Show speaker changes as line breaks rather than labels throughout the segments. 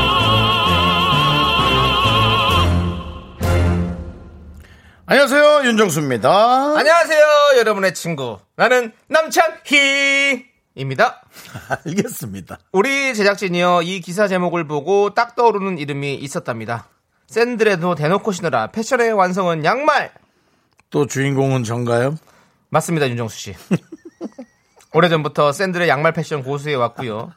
안녕하세요 윤정수입니다.
안녕하세요, 여러분의 친구. 나는 남창희입니다.
알겠습니다.
우리 제작진이요, 이 기사 제목을 보고 딱 떠오르는 이름이 있었답니다. 샌드레도 대놓고 신으라 패션의 완성은 양말!
또 주인공은 전가요?
맞습니다, 윤정수 씨. 오래전부터 샌들의 양말 패션 고수해 왔고요.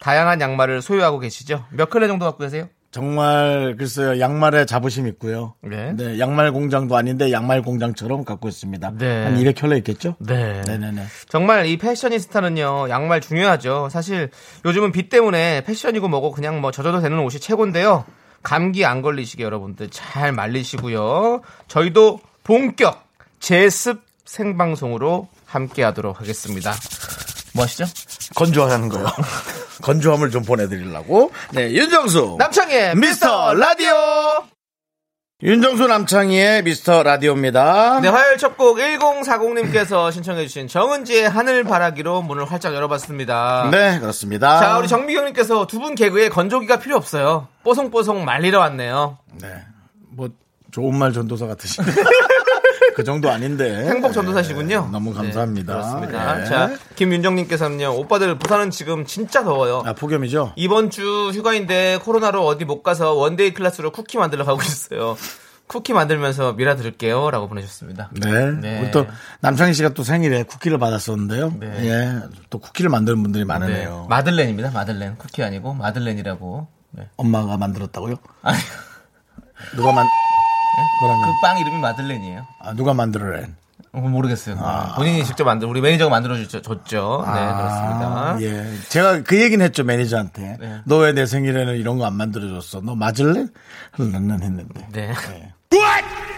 다양한 양말을 소유하고 계시죠? 몇 켤레 정도 갖고 계세요?
정말 글쎄요 양말에 자부심 있고요.
네.
양말 공장도 아닌데 양말 공장처럼 갖고 있습니다.
네.
한 200켤레 있겠죠?
네.
네네네.
정말 이 패셔니스타는요 양말 중요하죠 사실 요즘은 비 때문에 패션이고 뭐고 그냥 뭐 젖어도 되는 옷이 최고인데요 감기 안 걸리시게 여러분들 잘 말리시고요 저희도 본격 제습 생방송으로 함께 하도록 하겠습니다 뭐 하시죠?
건조하는 거요. 건조함을 좀 보내드리려고. 네 윤정수.
남창의
미스터
미스터
라디오. 윤정수 남창희의 미스터 라디오입니다.
네, 화요일 첫 곡 1040님께서 신청해주신 정은지의 하늘바라기로 문을 활짝 열어봤습니다
네, 그렇습니다.
자, 우리 정미경님께서 두 분 개그에 건조기가 필요 없어요. 뽀송뽀송 말리러 왔네요.
네. 뭐 좋은 말 전도사 같으신데. 그 정도 아닌데.
행복 전도사시군요.
네, 너무 감사합니다.
네, 그렇습니다.
예.
자, 김윤정님께서는요, 오빠들 부산은 지금 진짜 더워요.
아, 폭염이죠?
이번 주 휴가인데 코로나로 어디 못 가서 원데이 클래스로 쿠키 만들러 가고 있어요. 쿠키 만들면서 미라 들을게요. 라고 보내셨습니다.
네.
네.
우리 또 남창희 씨가 또 생일에 쿠키를 받았었는데요.
네.
예. 또 쿠키를 만드는 분들이
네.
많으네요.
마들렌입니다. 마들렌. 쿠키 아니고 마들렌이라고. 네.
엄마가 만들었다고요?
아니,
누가 만, 뭐라고?
그 빵 이름이 마들렌이에요.
아, 누가 만들어낸?
어, 모르겠어요.
아.
본인이 직접 만들, 우리 매니저가 만들어줬죠. 줬죠. 네, 그렇습니다.
아, 예. 제가 그 얘기는 했죠, 매니저한테.
네.
너 왜 내 생일에는 이런 거 안 만들어줬어? 너 맞을래? 난난 했는데.
네.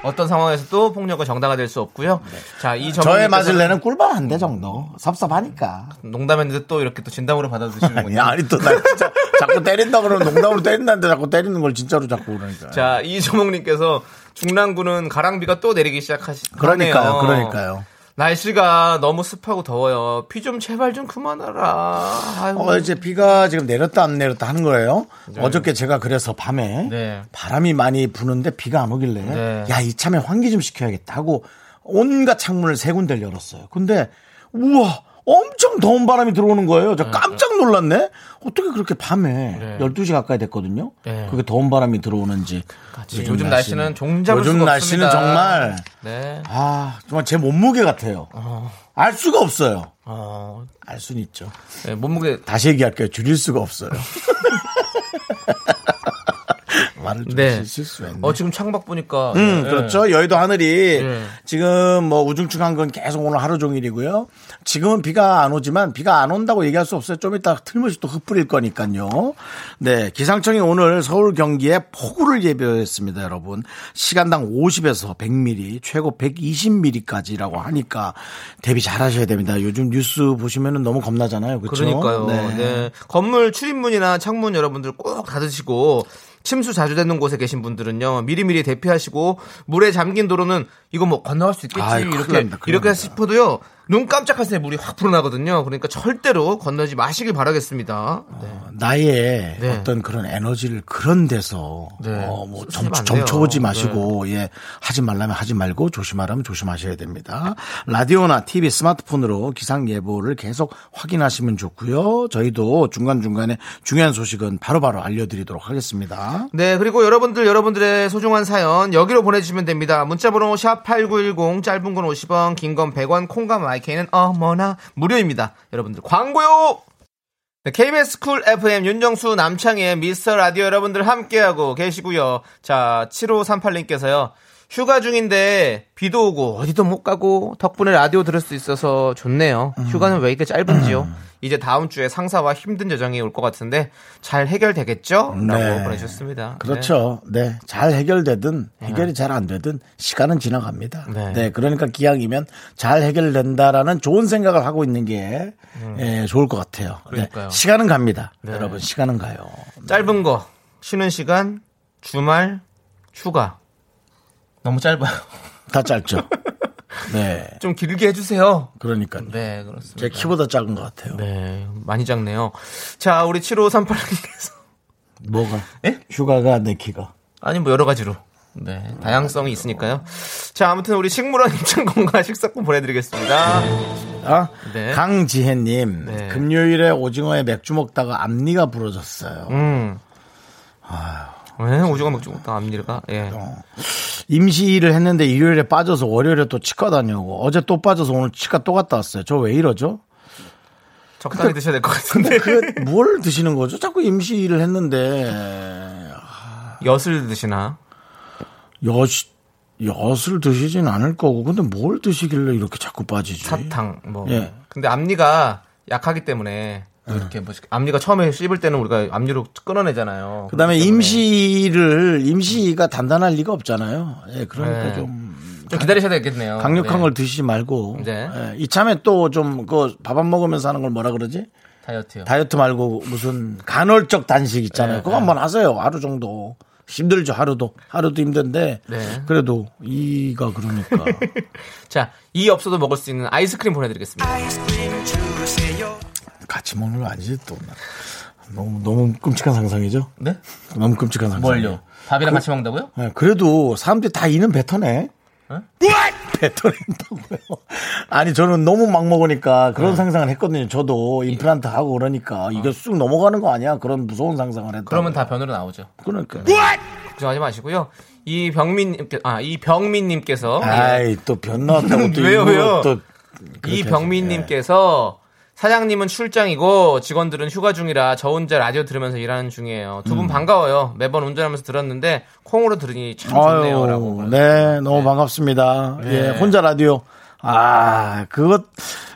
어떤 상황에서도 폭력은 정당화될 수 없고요. 자, 이
네. 저의
전문가께서는
맞을래는 꿀밤 한 대 정도. 섭섭하니까.
농담했는데 또 이렇게 또 진담으로 받아들이시는군요.
야, 아니 또 나 진짜 자꾸 때린다 그러면 농담으로 때린다는데 자꾸 때리는 걸 진짜로 자꾸 그러니까.
자, 이조목님께서 중랑구는 가랑비가 또 내리기 시작하시.
그러니까요,
하네요.
그러니까요.
날씨가 너무 습하고 더워요. 피 좀 제발 좀 그만하라. 아이고.
어제 비가 지금 내렸다 안 내렸다 하는 거예요. 어저께 제가 그래서 밤에
네.
바람이 많이 부는데 비가 안 오길래
네.
야 이참에 환기 좀 시켜야겠다 하고 온갖 창문을 세 군데를 열었어요. 근데 우와 엄청 더운 바람이 들어오는 거예요.
네.
저 깜짝 놀랐네. 어떻게 그렇게 밤에 12시 가까이 됐거든요.
네. 그러니까
그게 더운 바람이 들어오는지.
요즘 날씨는 종잡을
요즘
수가
날씨는
없습니다.
정말
네.
아, 정말 제 몸무게 같아요. 알 수가 없어요.
어,
알 수는 있죠.
네, 몸무게.
다시 얘기할게요. 줄일 수가 없어요. 말을 좀
네.
실수했네.
어, 지금 창밖 보니까.
음,
네.
그렇죠. 여의도 하늘이
예.
지금 뭐 우중충한 건 계속 오늘 하루 종일이고요. 지금은 비가 안 오지만 비가 안 온다고 얘기할 수 없어요. 좀 이따 틀림없이 또 흩뿌릴 거니까요. 네. 기상청이 오늘 서울 경기에 폭우를 예보했습니다, 여러분. 시간당 50에서 100mm, 최고 120mm까지라고 하니까 대비 잘 하셔야 됩니다. 요즘 뉴스 보시면은 너무 겁나잖아요. 그렇죠?
그러니까요. 네. 건물 출입문이나 창문 여러분들 꼭 닫으시고 침수 자주 되는 곳에 계신 분들은요 미리미리 대피하시고 물에 잠긴 도로는 이거 뭐 건너갈 수 있겠지
아이, 큰일
이렇게
납니다. 큰일
이렇게
납니다.
싶어도요 눈 깜짝할 새 물이 확 불어나거든요. 그러니까 절대로 건너지 마시길 바라겠습니다. 네.
나의
네.
어떤 그런 에너지를 그런 데서
네.
어, 뭐 점,
쓰시면 안 돼요. 네.
점쳐보지 마시고 예 하지 말라면 하지 말고 조심하라면 조심하셔야 됩니다. 라디오나 TV 스마트폰으로 기상 예보를 계속 확인하시면 좋고요. 저희도 중간 중간에 중요한 소식은 바로바로 알려드리도록 하겠습니다.
네, 그리고 여러분들, 여러분들의 소중한 사연, 여기로 보내주시면 됩니다. 문자번호 샵8910, 짧은 건 50원, 긴 건 100원, 콩과 마이케이는 어머나, 무료입니다. 여러분들, 광고요! 네, KBS 쿨 FM 윤정수 남창의 미스터 라디오 여러분들 함께하고 계시고요. 자, 7538님께서요. 휴가 중인데 비도 오고 어디도 못 가고 덕분에 라디오 들을 수 있어서 좋네요. 휴가는 왜 이렇게 짧은지요? 이제 다음 주에 상사와 힘든 여정이 올 것 같은데 잘 해결되겠죠? 라고 보내주셨습니다.
그렇죠. 네. 잘 해결되든 해결이 잘 안 되든 시간은 지나갑니다.
네.
네. 그러니까 기왕이면 잘 해결된다라는 좋은 생각을 하고 있는 게 예, 좋을 것 같아요. 네.
음. 그러니까요.
시간은 갑니다. 여러분, 시간은 가요.
네. 짧은 거 쉬는 시간 주말 휴가 너무 짧아요.
다 짧죠. 네.
좀 길게 해주세요.
그러니까요.
네 그렇습니다.
제 키보다 작은 것 같아요.
네 많이 작네요. 자 우리 7538님께서
뭐가?
예?
휴가가 내 키가.
아니 뭐 여러 가지로 네 다양성이 있으니까요. 자 아무튼 우리 식물원 입장권과 식사권 보내드리겠습니다.
아,
네.
강지혜님
네.
금요일에 오징어에 맥주 먹다가 앞니가 부러졌어요.
음. 왜 네, 오징어 먹지 못한 앞니가 예.
임시 일을 했는데 일요일에 빠져서 월요일에 또 치과 다녀오고 어제 또 빠져서 오늘 치과 또 갔다 왔어요. 저 왜 이러죠?
적당히 드셔야 될 것 같은데 뭐
그 뭘 드시는 거죠? 자꾸 임시 일을 했는데
엿을 드시나
엿 엿을 드시진 않을 거고 근데 뭘 드시길래 이렇게 자꾸 빠지지?
사탕 뭐
네. 예.
근데 앞니가 약하기 때문에 이렇게 뭐 앞니가 처음에 씹을 때는 우리가 앞니로 끊어내잖아요.
그다음에
그렇기 때문에
임시를 임시가 단단할 리가 없잖아요. 예, 그러니까
네.
좀
좀 기다리셔야 되겠네요.
강력한
네.
걸 드시지 말고
네.
예, 이참에 또 좀 그 밥 안 먹으면서 하는 걸 뭐라 그러지?
다이어트요.
다이어트 말고 무슨 간헐적 단식 있잖아요.
네,
그거 한번 하세요. 하루 정도. 힘들죠. 하루도. 하루도 힘든데.
네.
그래도 이가 그러니까.
자, 이 없어도 먹을 수 있는 아이스크림 보내드리겠습니다.
같이 먹는 거 아니지 또. 너무 너무 끔찍한 상상이죠.
네?
너무 끔찍한 상상.
뭘요? 밥이랑 같이 먹는다고요?
예, 그래도 사람들이 다 이는 뱉어내. 뱉어낸다고요. 아니 저는 너무 막 먹으니까
네.
그런 상상을 했거든요. 저도
예.
임플란트 하고 그러니까 이게 쑥 넘어가는 거 아니야? 그런 무서운 상상을 했다.
그러면 다 네. 변으로 나오죠.
그러니까.
걱정하지 마시고요. 이 병민님께 아, 이 병민님께서
아이 또 변 나왔다고 또
어, 예. 왜요,
일부러
왜요?
또
이
그렇게
병민님께서 사장님은 출장이고 직원들은 휴가 중이라 저 혼자 라디오 들으면서 일하는 중이에요. 두 분 반가워요. 매번 운전하면서 들었는데 콩으로 들으니 참
아유,
좋네요라고. 예.
네, 너무 반갑습니다. 예, 혼자 라디오. 아, 그것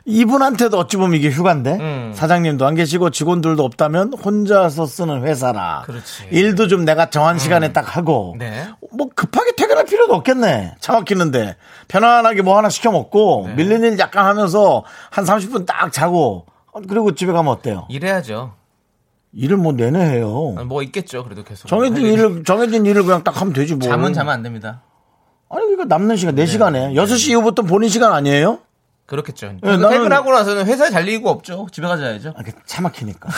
이분한테도 어찌 보면 이게 휴가인데
음.
사장님도 안 계시고 직원들도 없다면 혼자서 쓰는 회사라.
그렇지. 음.
일도 좀 내가 정한 시간에 딱 하고.
네.
뭐 급하게 퇴근할 필요도 없겠네. 차 막히는데 편안하게 뭐 하나 시켜 먹고
네.
밀린 일 약간 하면서 한 30분 딱 자고 그리고 집에 가면 어때요?
일해야죠.
일을 뭐 내내 해요.
뭐 있겠죠. 그래도 계속.
정해진 일을 정해진 일을 그냥 딱 하면 되지 뭐.
아, 네. 잠은 네. 자면 안 됩니다.
아니 그러니까 남는 시간 4시간에 여섯 시 이후부터 본인 시간 아니에요?
그렇겠죠.
나는-
퇴근하고 예, 나서는 회사에 잘릴 이유가 없죠. 집에 가자야죠.
아, 그차 막히니까.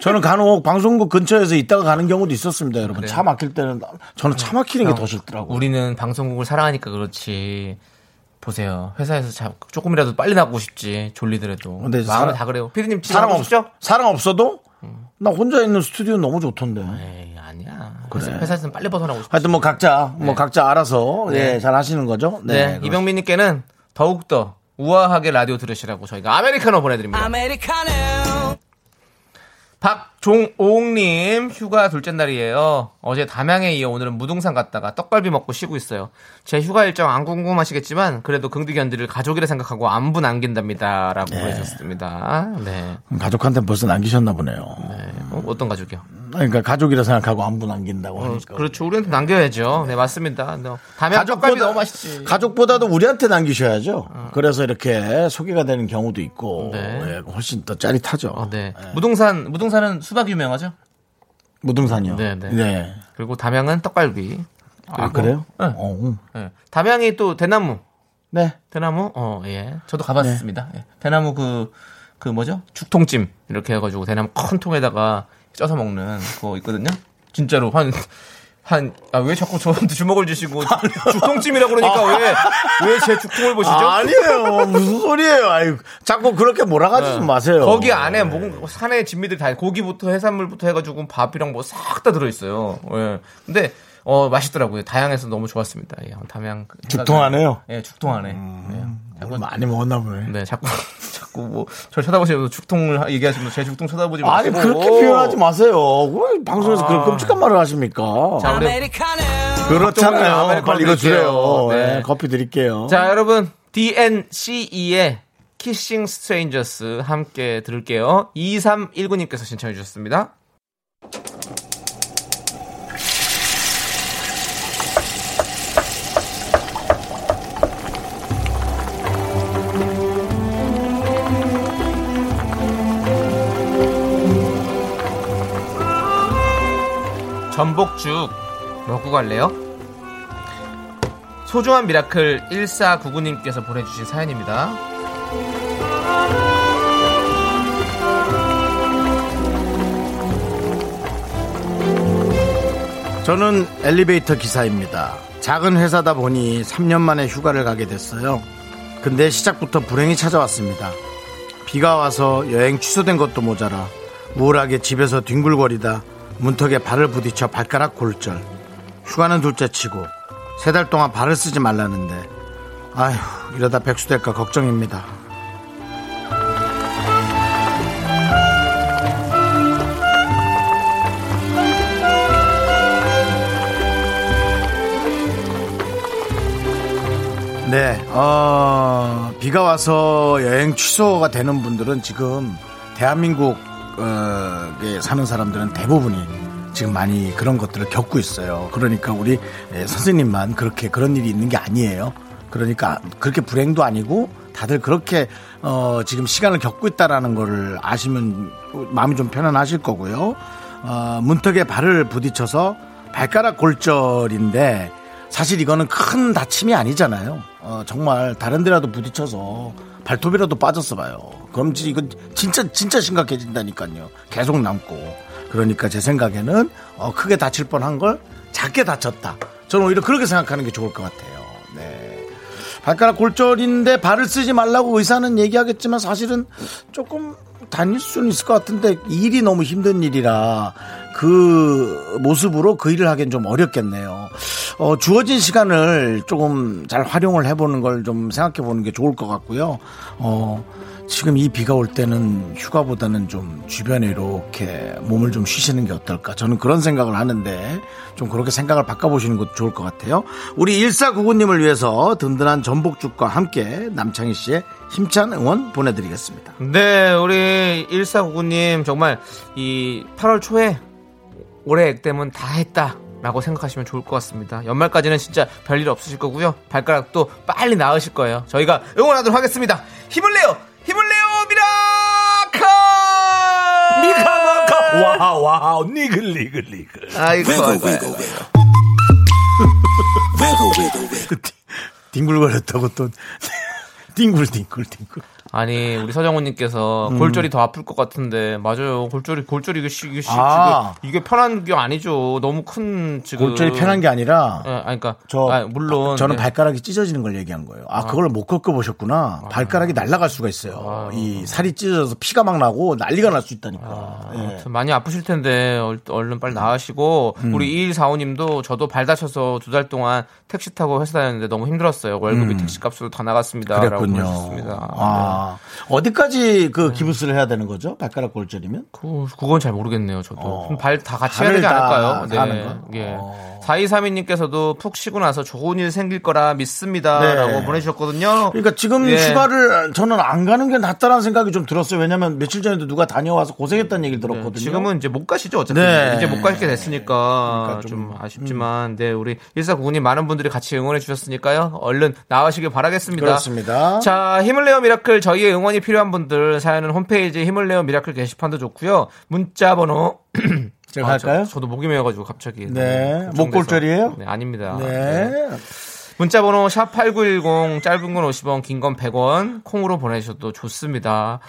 저는 간혹 방송국 근처에서 있다가 가는 경우도 있었습니다,
아,
여러분. 차 막힐 때는 저는 차 막히는
어.
게 더 싫더라고요.
우리는 방송국을 사랑하니까 그렇지. 보세요. 회사에서 자- 조금이라도 빨리 나가고 싶지. 졸리더라도.
근데
마음이
이제 사람-
다 그래요. 피디님 집에
사람
가고 싶죠? 음.
없죠? 사람 없어도 나 혼자 있는 스튜디오 너무 좋던데.
에이, 아니야. 회사에서는 빨리 벗어나고 싶어.
하여튼 뭐 각자 뭐 각자 알아서 예, 잘 하시는 거죠? 네.
네.
그렇습니다.
이병민님께는 더욱더 우아하게 라디오 들으시라고 저희가 아메리카노 보내드립니다. 박종옥님 휴가 둘째 날이에요. 어제 담양에 이어 오늘은 무등산 갔다가 떡갈비 먹고 쉬고 있어요. 제 휴가 일정 안 궁금하시겠지만 그래도 긍디견디를 가족이라 생각하고 안부 남긴답니다라고 보내셨습니다. 네.
가족한테 벌써 남기셨나 보네요.
네. 어, 어떤 가족이요?
그러니까 가족이라 생각하고 안부 남긴다고
어,
하니까.
그렇죠. 우리한테 남겨야죠. 네 맞습니다. 네. 담양 떡갈비 너무 맛있지. 어.
가족보다도 우리한테 남기셔야죠. 그래서 이렇게 소개가 되는 경우도 있고
네.
예, 훨씬 더 짜릿하죠.
어, 네. 무등산 무등산은 수박 유명하죠.
무등산이요.
네, 네. 그리고 담양은 떡갈비.
아 그래요? 어, 응.
예. 담양이 또 대나무.
네.
대나무? 어, 예. 저도 가봤습니다. 예. 대나무 그, 그 뭐죠? 죽통찜. 이렇게 해가지고 대나무 큰 통에다가 쪄서 먹는 그거 있거든요. 진짜로 한, 한, 아, 왜 자꾸 저한테 주먹을 주시고 죽- 죽통찜이라고 그러니까 왜, 왜 제 죽통을 보시죠?
아니에요. 무슨 소리예요? 아유, 자꾸 그렇게 몰아가지 좀 마세요.
네. 거기 안에 뭔 산의 진미들 다 고기부터 해산물부터 해가지고 밥이랑 뭐 싹 다 들어있어요. 예. 근데 어 맛있더라고요. 다양해서 너무 좋았습니다. 예, 담양
죽통 안 해요?
예, 죽통 안에. 예.
음. 뭘 많이 먹었나 보네.
네, 자꾸 자꾸 자꾸 뭐 저를 쳐다보시면서 죽통을 얘기하시면서 제 죽통 쳐다보지 마시고.
아니 그렇게 표현하지 마세요. 왜 방송에서 그런 끔찍한 말을 하십니까?
아. 자, 우리
그렇잖아요.
아메리카노
빨리 이거 주세요.
드릴게요.
네.
네.
커피 드릴게요.
자, 여러분. DNCE의 키싱 스트레인저스 함께 들을게요. 2319님께서 신청해 주셨습니다. 전복죽 먹고 갈래요? 소중한 미라클 1499님께서 보내주신 사연입니다.
저는 엘리베이터 기사입니다. 작은 회사다 보니 3년 만에 휴가를 가게 됐어요. 근데 시작부터 불행이 찾아왔습니다. 비가 와서 여행 취소된 것도 모자라 우울하게 집에서 뒹굴거리다 문턱에 발을 부딪혀 발가락 골절. 휴가는 둘째 치고 세 달 동안 발을 쓰지 말라는데 아휴 이러다 백수 될까 걱정입니다. 네, 어, 비가 와서 여행 취소가 되는 분들은 지금 어, 대한민국에 사는 사람들은 대부분이 지금 많이 그런 것들을 겪고 있어요. 그러니까 우리 예, 선생님만 그렇게 그런 일이 있는 게 아니에요. 그러니까 그렇게 불행도 아니고 다들 그렇게 어, 지금 시간을 겪고 있다라는 거를 아시면 마음이 좀 편안하실 거고요. 어, 문턱에 발을 부딪혀서 발가락 골절인데 사실 이거는 큰 다침이 아니잖아요. 어, 정말 다른 데라도 부딪혀서 발톱이라도 빠졌어 봐요. 그럼 지- 이건 진짜 진짜 심각해진다니까요. 계속 남고. 그러니까 제 생각에는 어, 크게 다칠 뻔한 걸 작게 다쳤다. 저는 오히려 그렇게 생각하는 게 좋을 것 같아요. 네. 발가락 골절인데 발을 쓰지 말라고 의사는 얘기하겠지만 사실은 조금 다닐 수는 있을 것 같은데 일이 너무 힘든 일이라 그 모습으로 그 일을 하기엔 좀 어렵겠네요. 어, 주어진 시간을 조금 잘 활용을 해보는 걸 좀 생각해 보는 게 좋을 것 같고요. 어, 지금 이 비가 올 때는 휴가보다는 좀 주변에 이렇게 몸을 좀 쉬시는 게 어떨까. 저는 그런 생각을 하는데 좀 그렇게 생각을 바꿔보시는 것도 좋을 것 같아요. 우리 1499님을 위해서 든든한 전복죽과 함께 남창희 씨의 힘찬 응원 보내드리겠습니다.
네, 우리 1499님 정말 이 8월 초에 올해 액땜은 다 했다. 라고 생각하시면 좋을 것 같습니다. 연말까지는 진짜 별일 없으실 거고요. 발가락도 빨리 나으실 거예요. 저희가 응원하도록 하겠습니다. 힘을 내요! 힘을 내요! 미라카!
미카마카 와우 와우 니글 니글 니글
아이고.
뒹굴거렸다고 또 뒹굴 뒹굴 뒹굴. 네.
아니, 우리 서정훈님께서
음.
골절이 더 아플 것 같은데, 맞아요. 골절이, 골절이 이게, 시- 이게, 시-
아.
지금 이게 편한 게 아니죠. 너무 큰 지금.
골절이 어, 편한 게 아니라
예, 아니, 그러니까
저
아, 물론
저는
예.
발가락이 찢어지는 걸 얘기한 거예요. 아, 그걸 못 겪어 보셨구나. 발가락이 날아갈 수가 있어요. 이 살이 찢어져서 피가 막 나고 난리가 날 수 있다니까. 예.
아무튼 많이 아프실 텐데 얼- 얼른
음.
빨리 나으시고 우리 2145님도 저도 발 다쳐서 두 달 동안 택시 타고 회사 다녔는데 너무 힘들었어요. 월급이 택시 값으로 다 나갔습니다. 라고
음. 그랬군요.
보내주셨습니다. 네.
아, 어디까지 그 기부스를 해야 되는 거죠? 발가락 골절이면?
그, 건잘 모르겠네요, 저도. 발 다 같이
어.
해야
발을
되지
다
않을까요?
하는 거? 어.
예. 4232님께서도 푹 쉬고 나서 좋은 일 생길 거라 믿습니다.
네.
라고 보내주셨거든요.
그러니까 지금
예.
휴가를 저는 안 가는 게 낫다라는 생각이 좀 들었어요. 왜냐면 며칠 전에도 누가 다녀와서 고생했다는 얘기를 들었거든요.
네, 지금은 이제 못 가시죠 어차피
네.
이제 못 가시게 됐으니까
그러니까 좀,
좀, 아쉽지만 네 우리 1499님 많은 분들이 같이 응원해 주셨으니까요 얼른 나와시길 바라겠습니다
그렇습니다.
자 힘을 내어 미라클 저희의 응원이 필요한 분들 사연은 홈페이지 힘을 내어 미라클 게시판도 좋고요 문자 번호
제가
아, 저-
할까요?
저도 목이 메어가지고 갑자기
네.
너무 걱정돼서.
목골절이에요?
네 아닙니다
네.
네. 문자 번호 샵8910 짧은 건 50원 긴 건 100원 콩으로 보내주셔도 좋습니다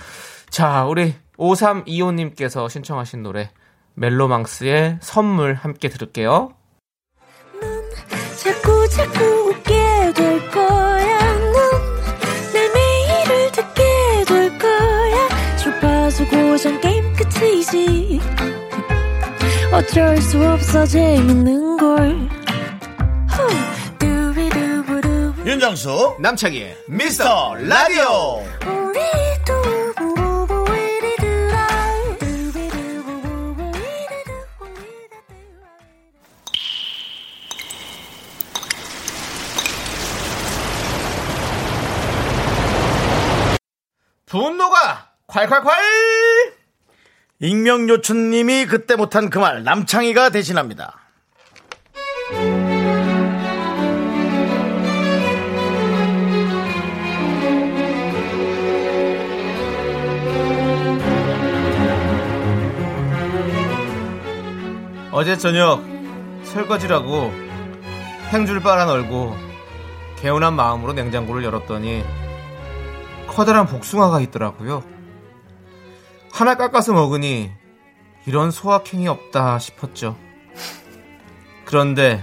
자 우리 5325님께서 신청하신 노래 멜로망스의 선물 함께 들을게요
자꾸 자꾸 웃게 될 거야. 넌내 매일을 듣게 될 거야. 주파수 고정 게임 끝이지. 어쩔 수 없어 재밌는 걸. 후. 두비두부두.
윤정수,
남창희의
미스터 라디오.
우리 두
분노가 콸콸콸!
익명 요춘님이 그때 못한 그 말 남창희가 대신합니다.
어제 저녁 설거지라고 행줄 빨아 널고 개운한 마음으로 냉장고를 열었더니 커다란 복숭아가 있더라고요. 하나 깎아서 먹으니 이런 소확행이 없다 싶었죠. 그런데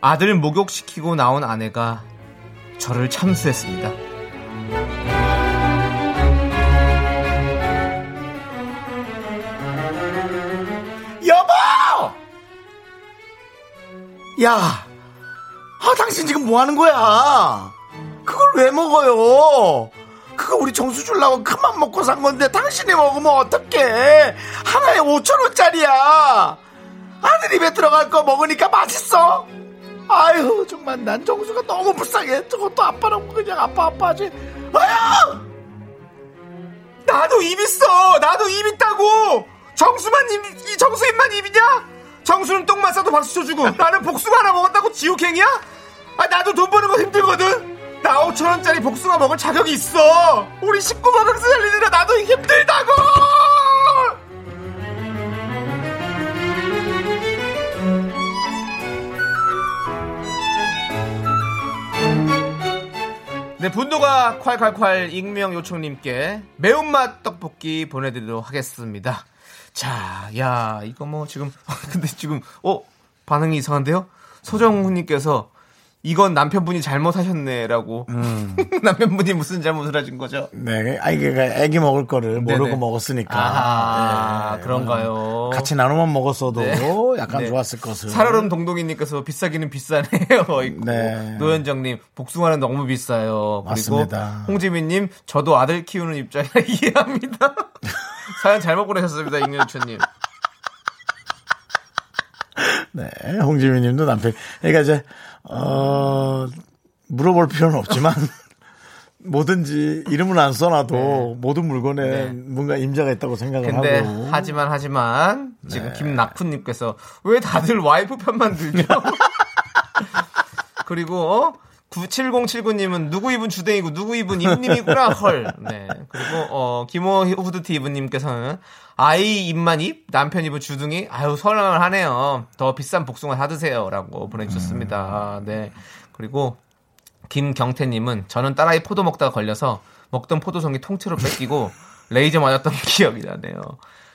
아들 목욕시키고 나온 아내가 저를 참수했습니다.
여보! 야, 아, 당신 지금 뭐 하는 거야? 그걸 왜 먹어요? 그거 우리 정수 주려고 큰맘 먹고 산 건데 당신이 먹으면 어떡해? 하나에 5천원짜리야! 아들 입에 들어갈 거 먹으니까 맛있어? 아유, 정말 난 정수가 너무 불쌍해. 저것도 아빠라고 그냥 아빠, 아빠 하지. 아야!
나도 입 있어! 나도 입 있다고! 정수만 입, 이 정수 입만 입이냐? 정수는 똥만 싸도 박수 쳐주고 나는 복숭아 하나 먹었다고 지옥행이야? 아, 나도 돈 버는 거 힘들거든? 나 5천원짜리 복숭아 먹을 자격이 있어! 우리 식구만 강수 살리느라 나도 힘들다고! 네, 분노가 콸콸콸 익명 요청님께 매운맛 떡볶이 보내드리도록 하겠습니다. 자, 야, 이거 뭐 지금, 근데 지금, 어, 반응이 이상한데요? 서정훈님께서 이건 남편분이 잘못하셨네라고.
음.
남편분이 무슨 잘못을 하신 거죠?
네, 아이, 그, 애기 먹을 거를 모르고
네네.
먹었으니까. 그러니까.
아,
네.
그런가요?
같이 나눠만 먹었어도
네.
약간
네.
좋았을 것을.
살얼음 동동이님께서 비싸기는 비싸네요. 있고.
네.
노현정님 복숭아는 너무 비싸요.
맞습니다.
그리고 홍지민님 저도 아들 키우는 입장이라 이해합니다. 사연 잘못 보내셨습니다, 익년초님.
네, 홍지민 님도 남편. 그러니까 이제, 어, 물어볼 필요는 없지만, 뭐든지 이름은 안 써놔도 모든 물건에
네.
뭔가 임자가 있다고 생각을
근데
하고. 네.
하지만 하지만 지금 김낙훈님께서 왜 다들 와이프 편만 들죠? 그리고 어? 97079님은 누구 입은 주댕이고 누구 입은 입님이구나 헐. 네. 그리고 어 김호 후드티 입은님께서는 아이 입만 입 남편 입은 주둥이 아유 설랑을 하네요. 더 비싼 복숭아 사드세요라고 보내주셨습니다.
음.
네. 그리고 김경태님은 저는 딸아이 포도 먹다가 걸려서 먹던 포도송이 통째로 뺏기고 레이저 맞았던 기억이 나네요.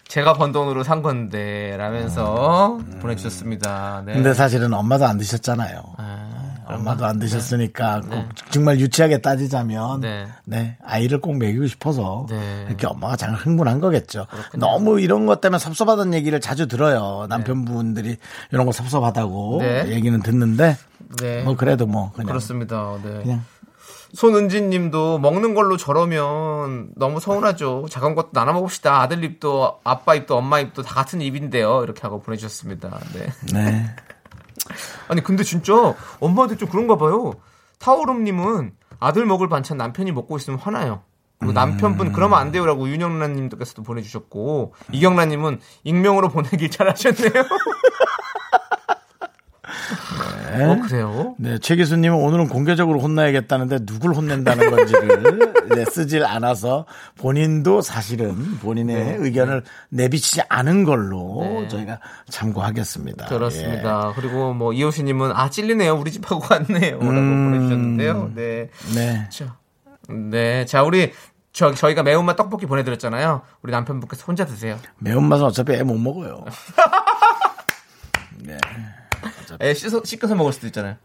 제가 번 돈으로 산 건데 라면서 보내주셨습니다. 네.
음. 근데 사실은 엄마도 안 드셨잖아요. 엄마도 안 드셨으니까 꼭 정말 유치하게 따지자면
네.
네. 아이를 꼭 먹이고 싶어서
네.
이렇게 엄마가 잘 흥분한 거겠죠. 너무 이런 것 때문에 섭섭하다는 얘기를 자주 들어요. 남편분들이 이런 거 섭섭하다고
네.
얘기는 듣는데
네.
뭐 그래도 뭐 그냥
그렇습니다. 네.
그냥.
손은진 님도 먹는 걸로 저러면 너무 서운하죠. 작은 것도 나눠 먹읍시다. 아들 입도 아빠 입도 엄마 입도 다 같은 입인데요. 이렇게 하고 보내주셨습니다. 네.
네.
아니 근데 진짜 엄마한테 좀 그런가 봐요. 타오름님은 아들 먹을 반찬 남편이 먹고 있으면 화나요. 그리고 남편분 그러면 안 돼요라고 윤영란님께서도 보내주셨고 이경란님은 익명으로 보내길 잘하셨네요. 어 그래요?
네, 최 교수님은 오늘은 공개적으로 혼나야겠다는데 누굴 혼낸다는 건지를 네, 쓰질 않아서 본인도 사실은 본인의
네.
의견을 내비치지 않은 걸로 저희가 참고하겠습니다.
그렇습니다. 그리고 뭐 이호신님은 아 찔리네요. 우리 집하고 같네요라고 보내주셨는데요. 네.
예. 네.
자, 네, 자 우리 저, 저희가 매운맛 떡볶이 보내드렸잖아요. 우리 남편분께서 혼자 드세요.
매운맛은 어차피 애 못 먹어요.
에, 씻어, 씻어서 먹을 수도 있잖아요.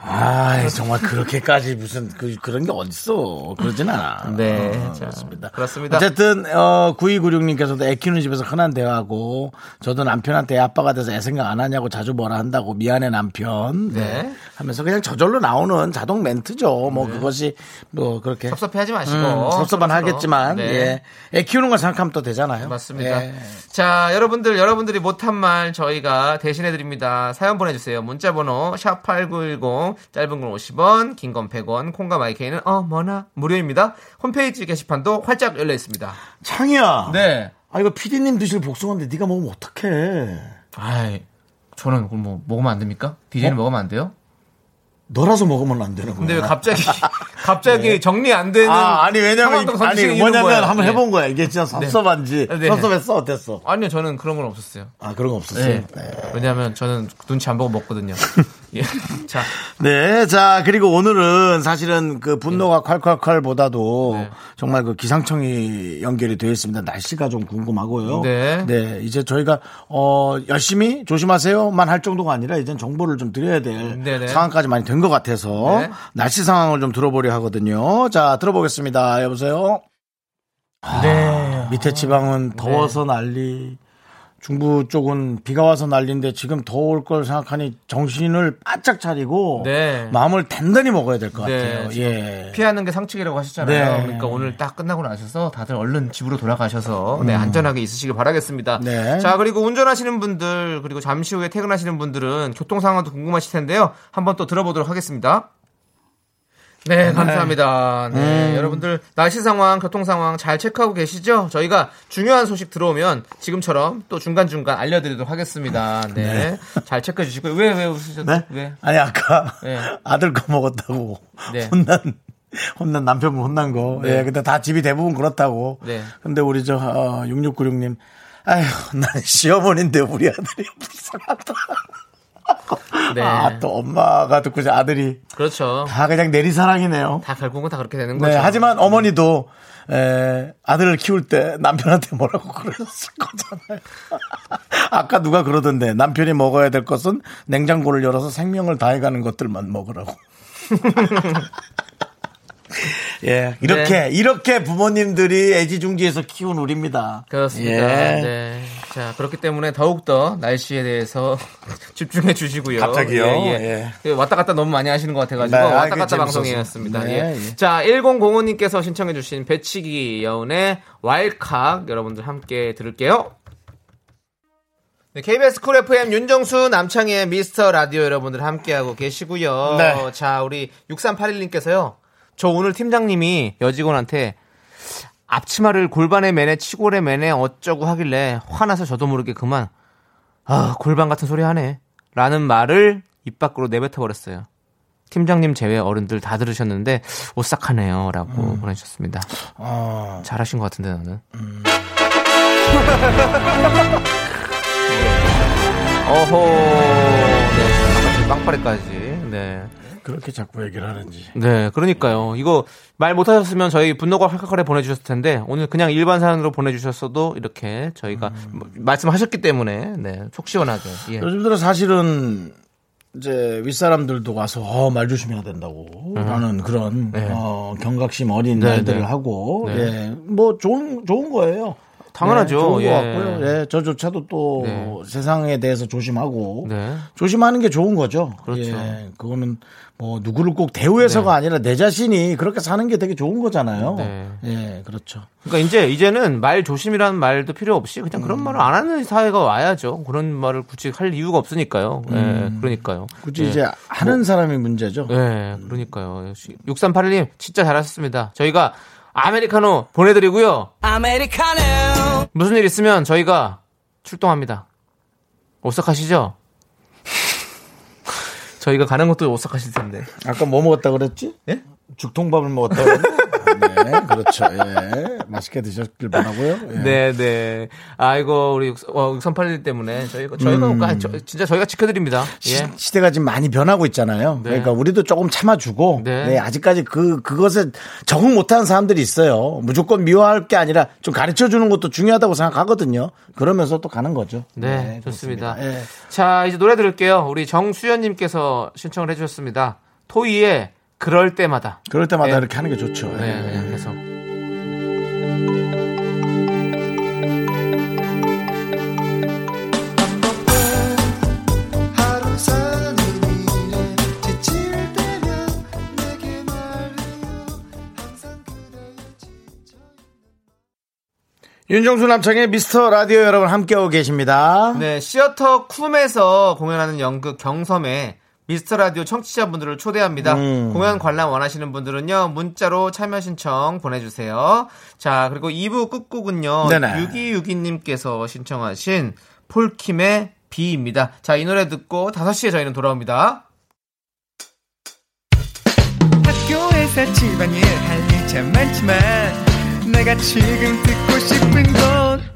아, 정말 그렇게까지 무슨 그, 런게 어딨어. 그러진 않아.
네,
어,
자,
그렇습니다.
그렇습니다.
어쨌든 어, 9296님께서도 애 키우는 집에서 흔한 대화고 저도 남편한테 애 아빠가 돼서 애 생각 안 하냐고 자주 뭐라 한다고 미안해 남편. 네.
네.
하면서 그냥 저절로 나오는 자동 멘트죠. 뭐 그것이 뭐 그렇게
섭섭해하지 마시고
음, 섭섭한
서로 서로.
하겠지만
네.
예. 애 키우는 걸 생각하면 또 되잖아요.
맞습니다.
예.
자, 여러분들, 여러분들이 못한 말 저희가 대신해드립니다. 사연 보내주세요. 문자번호 샵8910, 보내주세요. 짧은 건 50원, 긴 건 100원, 콩과 마이케이는 어, 뭐나, 무료입니다. 홈페이지 게시판도 활짝 열려 있습니다.
창이야.
네.
아 이거 피디님 드실 복숭아인데 네가 먹으면 어떡해.
아이, 저는 그럼 뭐, 먹으면 안 됩니까? DJ는 먹으면 안 돼요? 네.
너라서 먹으면 안 되는 거야.
어? 근데 왜 갑자기, 갑자기 정리 안 되는.
아, 아니 왜냐면
상황도
이- 아니
갑자기
뭐냐면
이런 거예요.
한번
네.
해본 거야. 이게 진짜 섭섭한지.
네. 네.
섭섭했어 어땠어?
아니요, 저는 그런 건 없었어요.
아 그런 거 없었어요.
네.
네.
왜냐하면 저는 눈치 안 보고 먹거든요. 예. 자,
네, 자 그리고 오늘은 사실은 그 분노가 콸콸콸보다도
네.
정말 그 기상청이 연결이 되어 있습니다. 날씨가 좀 궁금하고요.
네.
이제 저희가 어 열심히 조심하세요만 할 정도가 아니라 이제 정보를 좀 드려야 될
네, 네.
상황까지 많이 된 것 같아서
네.
날씨 상황을 좀 들어보려 하거든요. 자 들어보겠습니다. 여보세요.
네.
밑에 지방은 더워서 난리. 중부 쪽은 비가 와서 난리인데 지금 더울 걸 생각하니 정신을 바짝 차리고
네.
마음을 단단히 먹어야 될 것
네,
같아요.
지금
예.
피하는 게 상책이라고 하셨잖아요.
네.
그러니까 오늘 딱 끝나고 나셔서 다들 얼른 집으로 돌아가셔서 네, 안전하게 있으시길 바라겠습니다.
음. 네.
자, 그리고 운전하시는 분들 그리고 잠시 후에 퇴근하시는 분들은 교통 상황도 궁금하실 텐데요. 한번 또 들어보도록 하겠습니다. 네, 감사합니다. 네, 여러분들 날씨 상황, 교통 상황 잘 체크하고 계시죠? 저희가 중요한 소식 들어오면 지금처럼 또 중간중간 알려드리도록 하겠습니다. 네, 잘 체크해 주시고요. 왜, 왜 웃으셨죠?
네?
왜?
아니 아까
네.
아들 거 먹었다고
네.
혼난 혼난 남편분 혼난 거. 예. 근데 다 집이 대부분 그렇다고.
네.
근데 우리 저 어, 6696님 아휴 난 시어머니인데 우리 아들이 불쌍하다.
네.
아, 또 엄마가 듣고 이제 아들이
그렇죠.
다 그냥 내리사랑이네요.
다 결국은 다 그렇게 되는
네,
거죠.
하지만 어머니도 에, 아들을 키울 때 남편한테 뭐라고 그러셨을 거잖아요. 아까 누가 그러던데 남편이 먹어야 될 것은 냉장고를 열어서 생명을 다해가는 것들만 먹으라고. 예, 이렇게 이렇게 부모님들이 애지중지해서 키운 우리입니다.
그렇습니다.
예.
네. 자, 그렇기 때문에 더욱더 날씨에 대해서 집중해 주시고요.
갑자기요?
예. 왔다 갔다 너무 많이 하시는 것 같아가지고
네,
왔다
아,
갔다
재밌었어요.
방송이었습니다.
네,
예.
예.
자, 1005님께서 신청해 주신 배치기 여운의 왈칵 여러분들 함께 들을게요. 네, KBS 쿨 FM 윤정수 남창희의 미스터 라디오 여러분들 함께하고 계시고요.
네.
자, 우리 6381님께서요. 저 오늘 팀장님이 여직원한테 앞치마를 골반에 매네 치골에 매네 어쩌고 하길래 화나서 저도 모르게 그만 아 골반 같은 소리 하네 라는 말을 입 밖으로 내뱉어 버렸어요. 팀장님 제외 어른들 다 들으셨는데 오싹하네요 라고 보내주셨습니다.
어,
잘하신 것 같은데 나는. 어호. 네. 빵빠레까지. 네.
그렇게 자꾸 얘기를 하는지.
네, 그러니까요. 이거 말 못하셨으면 저희 분노가 활칼칼해 보내주셨을 텐데 오늘 그냥 일반 사연으로 보내주셨어도 이렇게 저희가
음.
뭐 말씀하셨기 때문에 네, 속 시원하게. 예.
요즘 들어 사실은 이제 윗사람들도 와서 어, 말 조심해야 된다고 하는 그런 어, 경각심 어린
음. 네,
말들을
네.
하고
네.
예. 뭐 좋은 좋은 거예요.
당연하죠.
네, 좋은
예.
거 같고요. 예, 저조차도 또
네.
세상에 대해서 조심하고
네.
조심하는 게 좋은 거죠.
그렇죠.
예, 그거는 뭐 누구를 꼭 대우해서가 아니라 내 자신이 그렇게 사는 게 되게 좋은 거잖아요.
네.
예, 그렇죠.
그러니까 이제 이제는 말 조심이라는 말도 필요 없이 그냥
음.
그런 말을 안 하는 사회가 와야죠. 그런 말을 굳이 할 이유가 없으니까요. 예, 그러니까요.
음. 굳이
예.
이제 하는 사람이 문제죠.
네, 그러니까요. 6381님, 진짜 잘하셨습니다. 저희가 아메리카노 보내드리고요. 아메리카노! 무슨 일 있으면 저희가 출동합니다. 오싹하시죠? 저희가 가는 것도 오싹하실 텐데.
아까 뭐 먹었다 그랬지?
예?
죽통밥을 먹었다 그랬나? 네, 그렇죠. 예. 맛있게 드셨길 바라고요. 예.
네, 네. 아이고, 우리 6381님 때문에 저희가, 저희가, 아니, 저- 진짜 저희가 지켜드립니다.
시,
예.
대가 지금 많이 변하고 있잖아요. 그러니까 우리도 조금 참아주고
네.
네, 아직까지 그 그것에 적응 못하는 사람들이 있어요. 무조건 미워할 게 아니라 좀 가르쳐 주는 것도 중요하다고 생각하거든요. 그러면서 또 가는 거죠.
네,
그렇습니다.
좋습니다.
예.
자, 이제 노래 들을게요. 우리 정수연님께서 신청을 해주셨습니다. 토이의 그럴 때마다.
그럴 때마다
네.
이렇게 하는 게 좋죠. 예.
네, 네, 계속.
윤정수 남창의 미스터 라디오 여러분 함께하고 계십니다.
네, 시어터 쿰에서 공연하는 연극 경섬에 미스터 라디오 청취자분들을 초대합니다.
음.
공연 관람 원하시는 분들은요, 문자로 참여 신청 보내주세요. 자, 그리고 2부 끝곡은요,
네네.
6262님께서 신청하신 폴킴의 비입니다. 자, 이 노래 듣고 5시에 저희는 돌아옵니다.
학교에서 집안일 할 일 참 많지만 내가 지금 듣고 싶은 건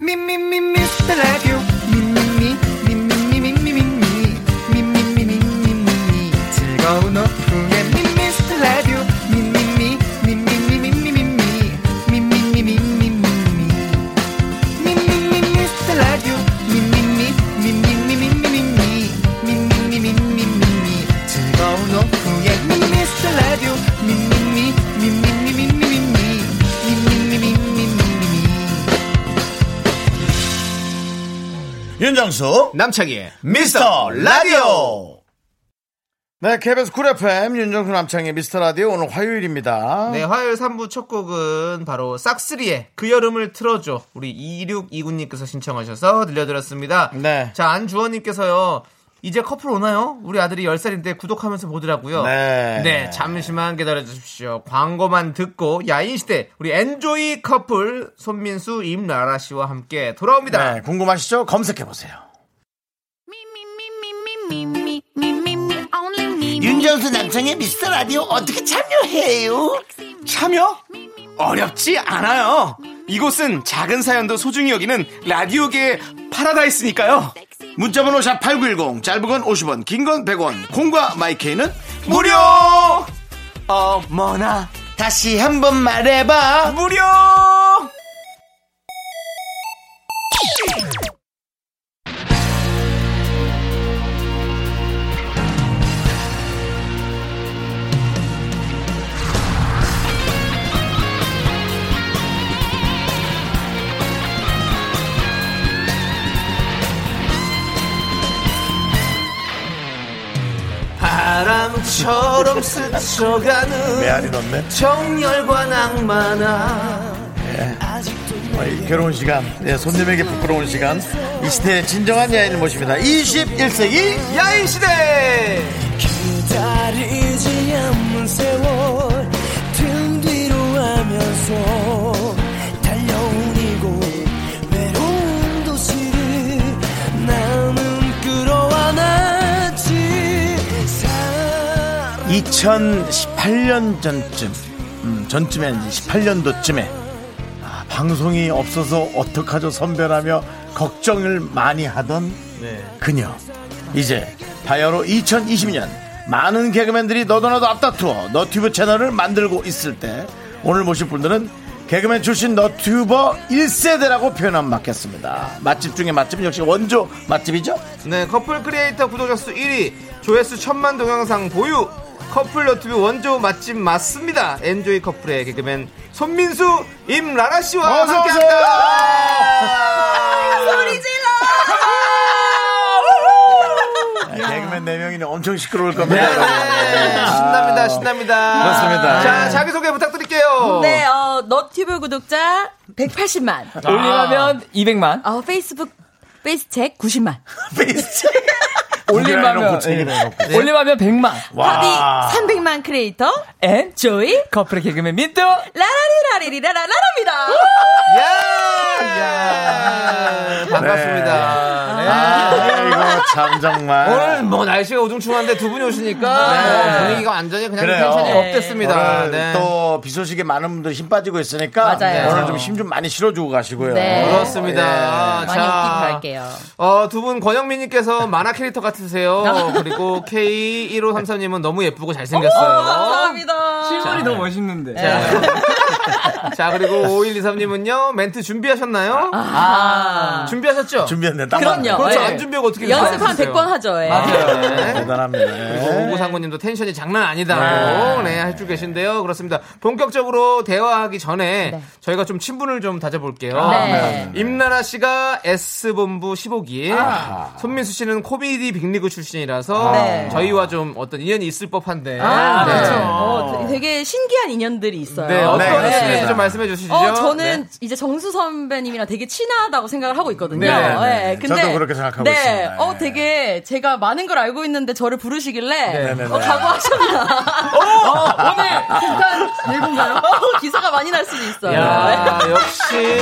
미미미 미스터 라디오 미미미 미미미 미미미 미미미 미미미 즐거운 오후에 미스터 라디오 미미미 미미미 미미미 미미미 미미미 미미미 미스터 라디오 미미미 미미미 미미미 미미미 미미미 즐거운 오후에 미스터 라디오 미미미 미미미 미미미 미미미
윤정수
남창희의
미스터 라디오. 네, KBS 쿨 FM 윤정수 남창의 미스터 라디오 오늘 화요일입니다.
네, 화요일 3부 첫 곡은 바로 싹스리의 그 여름을 틀어줘. 우리 2629님께서 신청하셔서 들려드렸습니다.
네.
자, 안주원님께서요. 이제 커플 오나요? 우리 아들이 10살인데 구독하면서 보더라고요.
네.
네, 잠시만 기다려주십시오. 광고만 듣고 야인시대 우리 엔조이 커플 손민수, 임나라 씨와 함께 돌아옵니다.
네, 궁금하시죠? 검색해 보세요.
윤정수 남성의 미스터 라디오 어떻게 참여해요?
참여? 어렵지 않아요. 이곳은 작은 사연도 소중히 여기는 라디오계의 파라다이스니까요.
문자번호 샵 8910, 짧은 건 50원, 긴 건 100원, 콩과 마이케이는
무료! 어머나,
다시 한번 말해봐.
무료!
바람처럼 스쳐가는
메아리 넣네.
정열과 낭만아
어, 이 괴로운 시간, 예, 손님에게 부끄러운 시간. 이 시대의 진정한 야인을 모십니다. 21세기
야인 시대
지
2018년 전쯤, 음, 전쯤에 이제 18년도쯤에 아, 방송이 없어서 어떡하죠 선배라며 걱정을 많이 하던 그녀. 이제 바야로 2022년 많은 개그맨들이 너도나도 앞다투어 너튜브 채널을 만들고 있을 때 오늘 모실 분들은 개그맨 출신 너튜버 1세대라고 표현하면 맞겠습니다. 맛집 중에 맛집 은 역시 원조 맛집이죠?
네 커플 크리에이터 구독자 수 1위 조회수 천만 동영상 보유 커플 너튜브 원조 맛집 맞습니다 엔조이 커플의 개그맨 손민수 임라라 씨와
어서 아.
함께합니다 소리
네, 개그맨 4명이니 엄청 시끄러울 겁니다.
네, 신납니다 신납니다
그렇습니다.
자 자기소개 부탁드릴게요
네, 어, 너튜브 구독자 180만.
올리라면 200만.
어, 페이스북, 페이스책 90만.
페이스
올림하면
네.
올림하면 100만.
파비 300만 크리에이터,
앤 조이 커플의 개그맨 민트.
라라리라리리라라라랍니다.
야! 야! 반갑습니다 네.
아이고 참
오늘
정말
뭐 날씨가 오중충한데 두 분이 오시니까
네.
뭐 분위기가 완전히 그냥
그래요.
텐션이
네.
업됐습니다.
오늘
네.
또 비소식에 많은 분들 힘 빠지고 있으니까
맞아요.
오늘 좀 힘 좀 많이 실어주고 가시고요. 예.
네.
네. 그렇습니다. 아,
많이
자,
웃기 바랄게요.
어, 두 분 권영민님께서 만화 캐릭터 같으세요. 그리고 K1533님은 너무 예쁘고 잘생겼어요.
감사합니다.
네.
실물이 너무 멋있는데.
자, 그리고 5123님은요, 멘트 준비하셨나요?
아,
준비하셨죠?
준비했네. 딱
그럼요.
그렇죠.
예.
안 준비하고 어떻게
연습 한
준비하셨어요?
100번 하죠. 예.
맞아요. 네.
대단합니다.
오구 상구님도
네.
텐션이 장난 아니다라고 네. 해주고 계신데요. 그렇습니다. 본격적으로 대화하기 전에 저희가 좀 친분을 좀 다져볼게요.
네.
임나라 씨가 S 본부 15기, 손민수 씨는 코미디 빅리그 출신이라서
네.
저희와 좀 어떤 인연이 있을 법한데.
아,
네.
그렇죠. 어, 되게 신기한 인연들이 있어요.
네, 어떤
네,
친구인지
그렇습니다.
좀 말씀해 주시죠.
어, 저는
네.
이제 정수 선배님이랑 되게 친하다고 생각을 하고 있거든요.
네, 네,
예,
저도 그렇게 생각하고 있습니다.
어,
예.
되게 제가 많은 걸 알고 있는데 저를 부르시길래
네, 네,
어,
네.
각오하셨나.
오늘
일단 일본가요? 어, 기사가 많이 날 수도 있어요.
야, 역시.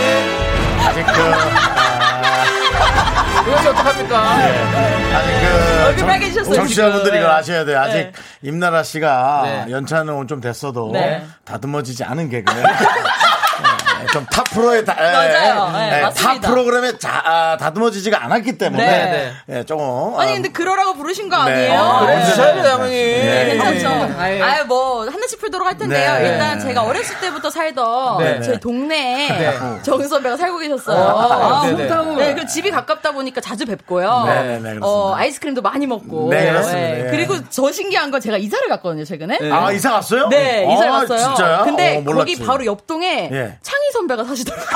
아직 그 아.
이것이 어떡합니까?
아직 그
얼굴 빨개지셨어요,
정치자분들이
지금.
이걸 아셔야 돼요. 아직 임나라 씨가
네.
연차는 좀 됐어도
네.
다듬어지지 않은 개그예요. 좀탑 프로에 다, 예,
맞아요.
예,
네,
예, 타
맞습니다.
프로그램에 자, 아, 다듬어지지가 않았기 때문에
네,
예, 조금
아니
아,
근데 그러라고 부르신 거
네.
아니에요?
아, 그래요?
주셔야죠, 당연히.
네.
괜찮죠?
아유.
아유, 뭐, 하나씩 풀도록 할 텐데요.
네.
일단 제가 어렸을 때부터 살던
네.
저희 동네에
네.
정은 선배가 살고 계셨어요.
아,
아,
네네.
네, 그 집이 가깝다 보니까 자주 뵙고요.
네, 네, 그렇습니다.
어, 아이스크림도 많이 먹고.
네, 그렇습니다. 예.
그리고 저 신기한 건 제가 이사를 갔거든요, 최근에.
아 이사 갔어요?
네,
아,
이사 갔어요.
진짜요?
근데
어,
거기
몰랐지.
바로 옆동에
예.
창희 선배가 사시더라고요.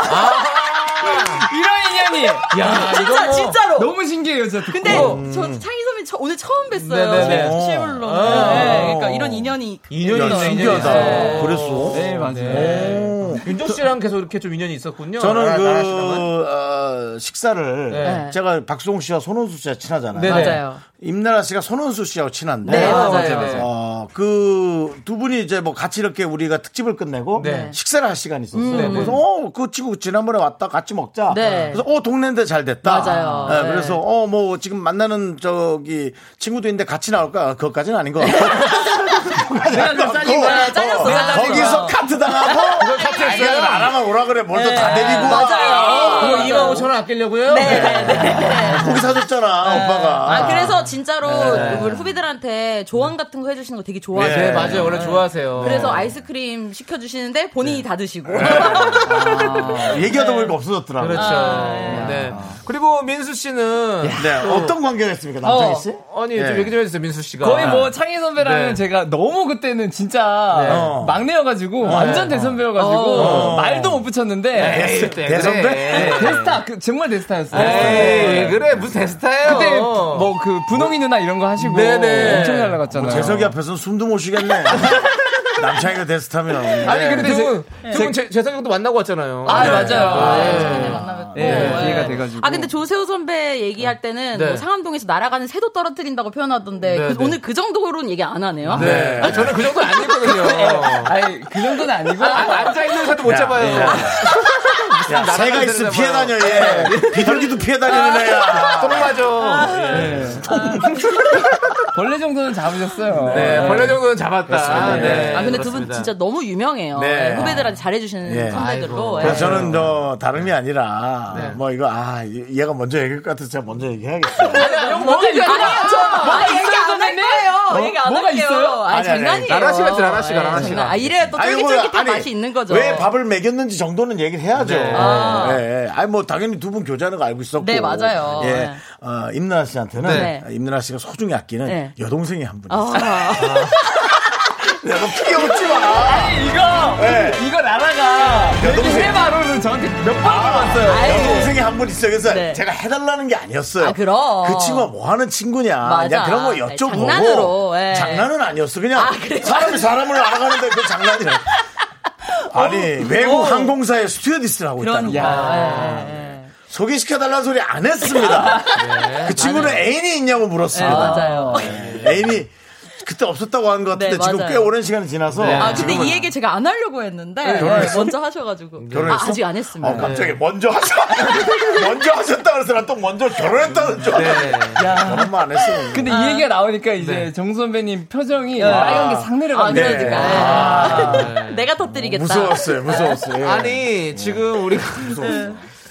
이런 인연이.
아,
야,
진짜,
이거 뭐
진짜로.
너무 신기해요, 진짜. 듣고.
근데
어.
저 창희 선배 저 오늘 처음 뵀어요.
네네네.
실- 실물로.
아.
네, 그러니까 이런 인연이
인연이
야,
있네,
신기하다.
인연이 있어.
그랬어.
네, 맞아요.
오.
윤종 씨랑 계속 이렇게 좀 인연이 있었군요. 아,
저는
나라 씨랑은.
그 어, 식사를
네.
제가 박수홍 씨와 손원수 씨와 친하잖아요.
네네.
맞아요.
임나라 씨가 손원수 씨하고 친한데.
네,
아,
맞아요.
맞아요.
어, 그, 두 분이 이제 뭐 같이 이렇게 우리가 특집을 끝내고
네.
식사를 할 시간이 있었어요.
네, 네.
그래서, 어, 그 친구 지난번에 왔다 같이 먹자.
음. 네.
그래서, 어, 동네인데 잘 됐다.
맞아요.
예,
네.
그래서, 어, 뭐 지금 만나는 저기 친구도 있는데 같이 나올까? 그것까지는 아닌 것 같아요. 그것까지는
좀 짜증
아니고,
나요.
짜렸어,
어,
짜렸어.
거기서 카트 당하고, 아니, 안 하면 오라 그래. 뭘 또 다 데리고. 와.
네.
어,
맞아요.
그거 2만 5천 원 아끼려고요? 네.
고기 사줬잖아, 오빠가.
아, 그래서 진짜로 우리 후배들한테 조언 같은 거 해주시는 거 되게 좋아하세요.
네.
맞아요. 원래 좋아하세요.
그래서 아이스크림 시켜주시는데 본인이 다 드시고. 아,
얘기하다 보니까 없어졌더라고요.
그렇죠.
아,
네. 그리고 민수 씨는
네, 어떤 관계가 있습니까, 남창희 씨?
아니
예.
좀 얘기 좀 해주세요, 민수 씨가.
거의 뭐 창희 선배라면
아. 네.
제가 너무 그때는 진짜
어.
네.
막내여가지고 완전 대선배여가지고
어.
말도 못 붙였는데
에이, 그때 네.
대선배?
그래.
대스타 그 정말 대스타였어요.
네.
네.
에이, 왜 그래 무슨 대스타예요?
그때 뭐 그 분홍이 누나 이런 거 하시고
어. 네네.
엄청 잘 나갔잖아요.
어. 뭐 재석이 앞에서는 숨도 못 쉬겠네. 남창이가 데스타면.
아니 근데
네.
두분 재석이 형도 만나고 왔잖아요.
아
그 네.
맞아요.
네.
예, 기회가 돼가지고.
아 근데 조세호 선배 얘기할 때는
네.
뭐 상암동에서 날아가는 새도 떨어뜨린다고 표현하던데
네,
그-
네.
오늘 그 정도로는 얘기 안 하네요.
네.
아, 저는 그 정도는
네.
아니거든요.
아니 그 정도는 아니고
앉아 있는 사도 못
야,
잡아요.
야. 야,
나가야
새가 있으면
뭐
되나 봐요.
피해 다녀,
네.
얘. 비둘기도 피해 다니는
똥
애야.
맞아.
벌레 정도는 잡으셨어요.
네, 벌레 정도는 잡았다. 네.
아 근데 두 분
그렇습니다.
진짜 너무 유명해요.
네.
네, 후배들한테 잘해주시는
예.
선배들로.
그래서
예.
저는 저
네.
다름이 아니라 뭐 이거 아 얘- 얘가 먼저 얘기할 것 같아서 제가 먼저 얘기해야겠어요.
뭐 아, 아니요, 저 아, 얘기 안 할 거예요. 얘기 안
뭐가
할게요.
있어요?
아,
아니, 아니,
장난이에요.
나라 씨가 있지, 나라 씨가,
예,
나라 씨가.
장난. 아, 이래야 또 쫄깃쫄깃한
아니,
맛이 있는 거죠.
왜 밥을 먹였는지 정도는 얘기를 해야죠.
네.
아. 예, 예. 아니 뭐 당연히 두 분 교제하는 거 알고 있었고.
네, 맞아요.
예,
네.
어, 임나라 씨한테는
네.
임나라 씨가 소중히 아끼는
네.
여동생이 한 분. 있어요.
아.
야, 너 피해 웃지 마.
이거
예.
이거 나라가 이렇게
여동생. 아.
세 마루를 저한테 몇 번 들어왔어요.
여동생이 한 분 있어요. 그래서
네.
제가 해달라는 게 아니었어요.
아, 그럼.
그 친구가 뭐 하는 친구냐.
맞아.
그냥 그런 거
아니,
여쭤보고.
장난으로, 예.
장난은 아니었어. 그냥 사람이 사람을 알아가는데 그 장난이야. 아니,
어,
외국 항공사에 스튜어디스를 하고 있다는 거야.
아, 예,
야,
소개시켜달라는 소리 안 했습니다. 그 친구는 애인이 있냐고 물었습니다.
네. 맞아요.
예, 애인이 그때 없었다고 하는 것 같은데
네,
지금
맞아요.
꽤 오랜 시간이 지나서 어,
아, 근데
지금은
이 얘기 제가 안 하려고 했는데
네, 결혼했어? 음,
먼저 하셔가지고
결혼했어?
아, 직안 했습니다.
어, 갑자기 먼저 하셨, 먼저 하셨다 그래서 난 또 먼저 결혼했다는
네.
줄
네.
알았어. 결혼만 안 했으면.
근데 이 얘기가 나오니까 이제 정 선배님 표정이 빨간 게 상
아,
내려가네요.
그러니까.
네.
예. 내가 터뜨리겠다.
무서웠어요, 무서웠어요. 예.
네. 아니 지금 우리가
네.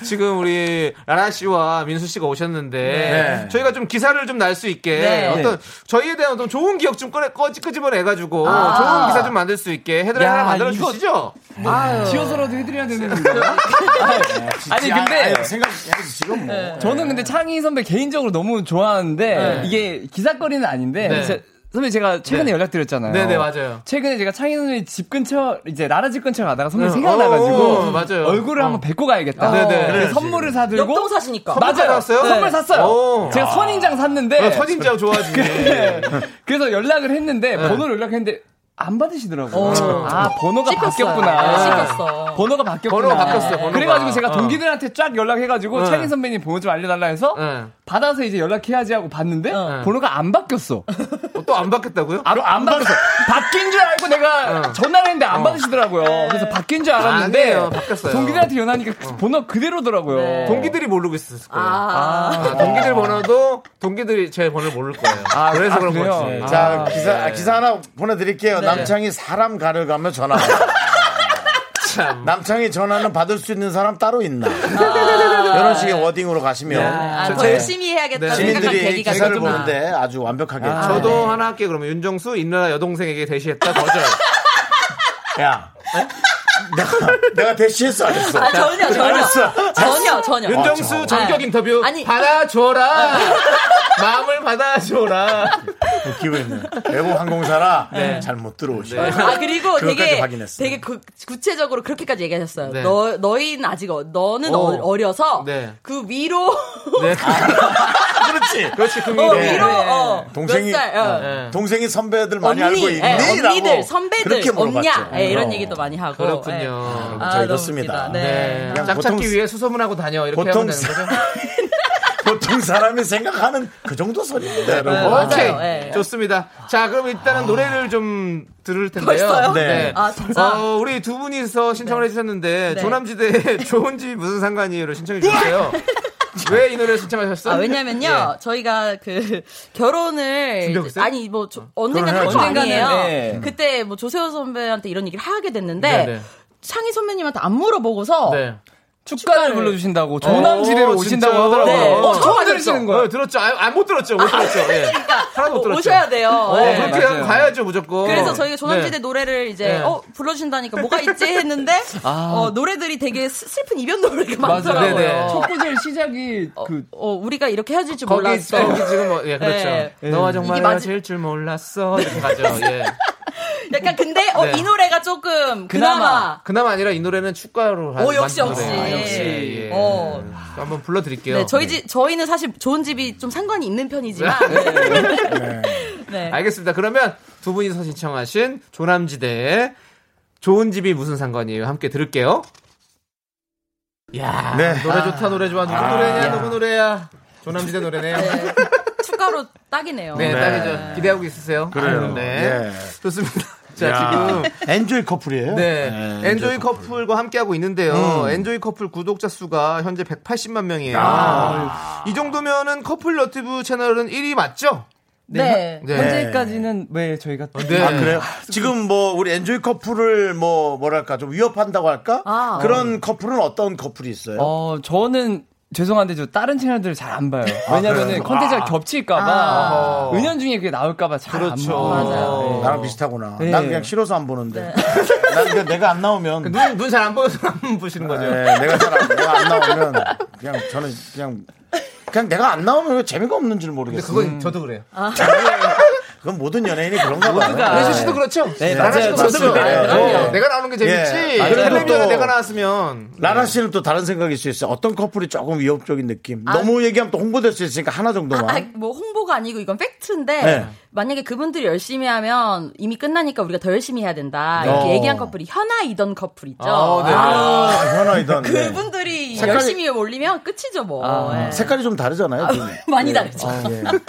지금 우리 라라 씨와 민수 씨가 오셨는데
네.
저희가 좀 기사를 좀 날 수 있게
네.
어떤 저희에 대한 어떤 좋은 기억 좀 꺼내 꺼지 끄집어내 가지고
아.
좋은 기사 좀 만들 수 있게 헤드라인
야,
하나 만들어 주시죠.
네. 지어서라도 해드려야 되는 건가? 아니
야,
근데 네.
아니, 생각해야지 지금 뭐.
저는 근데 창희 선배 개인적으로 너무 좋아하는데 이게 기사거리는 아닌데
네.
제- 선배 제가 최근에 연락드렸잖아요.
네네, 맞아요.
최근에 제가 창희 선배 집 근처 이제 라라 집 근처 가다가 선배
네. 어,
생각나가지고
맞아요.
얼굴을
어.
한번 뵙고 가야겠다.
네네.
그래서
그래야지.
선물을 사들고
역동 사시니까.
선물
맞아요.
샀어요?
선물
네.
샀어요.
오.
제가 선인장 샀는데
어, 선인장 좋아하지.
그래서 연락을 했는데
네.
번호를 연락했는데 안 받으시더라고요. 아 번호가
어. 씹혔어요. 아,
바뀌었구나.
씹혔어.
번호가 바뀌었구나.
번호가 바뀌었어, 번호가.
그래가지고 제가
어.
동기들한테 쫙 연락해가지고 창희 선배님 번호 좀 알려달라 해서
네.
받아서 이제 연락해야지 하고 봤는데
네.
번호가 안 바뀌었어.
또 안 받겠다고요? 어.
안, 안 바뀌었어. 바뀐 줄 알고 내가 전화를 했는데 안 받으시더라고요. 그래서 바뀐 줄 알았는데
네. 아니에요. 바뀌었어요. 네.
동기들한테 연하니까 그 번호 그대로더라고요.
동기들이 모르고 있었을 거예요.
아,
아, 동기들 번호도 동기들이 제 번호를 모를 거예요.
아,
그래서
아,
그런
그래요?
거지.
네.
자, 기사, 기사 하나 보내드릴게요. 남창이 사람 가려가며 전화. 와요.
참.
남창이 전화는 받을 수 있는 사람 따로 있나. 이런 식의 워딩에 가시면.
아, 더
네.
열심히 해야겠다
네.
생각한
시민들이
계기가
기사를
있구나.
보는데 아주 완벽하게.
저도 하나 할게 그러면 윤정수 인나라 여동생에게 대시했다 거절.
네. 야. 내가, 내가 대시했어, 안 했어?
아, 전혀, 전혀. 전혀, 전혀.
윤정수 전격
네.
인터뷰
아니.
받아줘라. 마음을 받아줘라.
어, 기회네. 외국 항공사라 잘 못 들어오시네.
아 그리고
그것까지
되게
확인했어요.
되게 구, 체적으로 그렇게까지 얘기하셨어요.
네.
너 너희는 아직 어, 너는
어.
어, 어려서
네.
그 위로
네.
아, 그렇지.
그렇지 그
어,
미래.
위로 어,
동생이-
몇 살, 어.
네.
동생이 선배들 많이
언니,
알고 있니?
예,
라고
언니들, 선배들,
그렇게 물어봤죠.
언냐 예, 이런
어.
얘기도 많이 하고. 예.
그렇군요.
아,
자,
너무
이렇습니다.
웃기다.
네.
네.
그냥
짝 찾기
보통-
위해 수소문하고 다녀 이렇게
보통
하면 되는 거죠?
보통 사람이 생각하는 그 정도 소리입니다, 여러분.
네, 맞아요.
어? 오케이
네.
좋습니다. 자 그럼 일단은 노래를 좀 들을 텐데요.
벌써요?
네.
아, 진짜?
어, 우리 두 분이서 신청을 해주셨는데
네.
조남지대 좋은지 무슨 상관이에요를 신청해 주셨어요. 왜 이 노래 를 신청하셨어?
아, 왜냐면요, 저희가 그, 결혼을.
준비하고
이제-
있어요?
아니, 뭐, 조- 언젠가는
결혼해야죠.
결혼 아니에요.
네.
그때 뭐, 조세호 선배한테 이런 얘기를 하게 됐는데,
네, 네.
창희 선배님한테 안 물어보고서,
네.
축가를 불러주신다고 조남지대로
어,
오신다고
진짜요?
하더라고요.
네. 어,
처음
하셨죠?
들으시는
어,
거예요.
들었죠? 아, 못 들었죠? 못 들었죠?
네.
예. 하나도 못 들었죠?
오셔야 돼요.
어,
네.
그렇게
맞아요.
가야죠, 무조건.
그래서 저희가 조남지대
네.
노래를 이제
네.
어 불러주신다니까 뭐가 있지 했는데 어, 노래들이 되게 스- 슬픈 이별 노래가 많더라고요.
네, 네.
첫 번째 시작이 그
어, 우리가 이렇게 헤어질 줄
거기,
몰랐어.
거기 지금 뭐, 예, 그렇죠.
네.
너와 정말
이게 맞을-
헤어질 줄 몰랐어. 이렇게 가죠, 예.
약간 근데 어,
네.
이 노래가 조금 그나마,
그나마 아니라 이 노래는 축가로
오, 역시, 아,
만든
역시.
노래예요. 예, 예.
어.
한번 불러드릴게요.
네, 저희 집 저희는 사실 좋은 집이 좀 상관이 있는 편이지만 네.
알겠습니다. 그러면 두 분이서 신청하신 조남지대의 좋은 집이 무슨 상관이에요? 함께 들을게요. 야
네.
노래 좋다 노래 좋아 누구 노래냐 누구 노래야 조남지대 노래네요. 네,
축가로 딱이네요.
딱이죠. 기대하고 있으세요.
그래요.
네,
예.
좋습니다. 자
야,
지금
엔조이 커플이에요.
네. 음.
예,
엔조이 커플과 함께하고 있는데요. 엔조이 커플 구독자 수가 현재 180만 명이에요. 이 정도면은 커플 너튜브 채널은 1위 맞죠?
네.
네.
현재까지는 왜 저희가 또
네.
아, 그래요? 지금 뭐, 우리 엔조이 커플을 뭐, 뭐랄까, 좀 위협한다고 할까?
아.
그런 커플은 어떤 커플이 있어요?
어, 저는 죄송한데 저 다른 채널들을 잘 안 봐요.
아,
왜냐면은
그래요?
컨텐츠가 겹칠까봐
아.
은연중에 그게 나올까봐 잘 안
그렇죠.
봐요.
맞아요.
나랑 비슷하구나.
예.
네.
난 그냥 싫어서 안
네.
보는데. 난 그냥 내가 안 나오면.
눈 잘 안 보여서 안 보시는 거죠.
네, 내가 잘안 내가 안 나오면 그냥 저는 그냥 그냥 내가 안 나오면 왜 재미가 없는지를
근데
모르겠어요.
그건 저도 그래요.
그건 모든 연예인이 그런가 봐요.
레주 씨도 그렇죠?
네,
나라
맞아요.
씨도 그렇죠.
맞습니다.
네,
그럼요.
네. 내가 나오는 게 재밌지.
예. 아, 그래도
텔레비전에
또-
내가 나왔으면.
라라 씨는 또 다른 생각일 수 있어요. 어떤 커플이 조금 위협적인 느낌. 너무 얘기하면 또 홍보될 수 있으니까 하나 정도만.
아, 뭐 홍보가 아니고 이건 팩트인데
네.
만약에 그분들이 열심히 하면 이미 끝나니까 우리가 더 열심히 해야 된다 이렇게
어.
얘기한 커플이 현아이던 커플 있죠.
아, 네.
아, 현아이던. 네.
그분들이
색깔이- 아.
열심히 올리면 끝이죠 뭐. 예.
색깔이 좀 다르잖아요. 둘이.
많이
예.
다르죠. 네.
아, 예.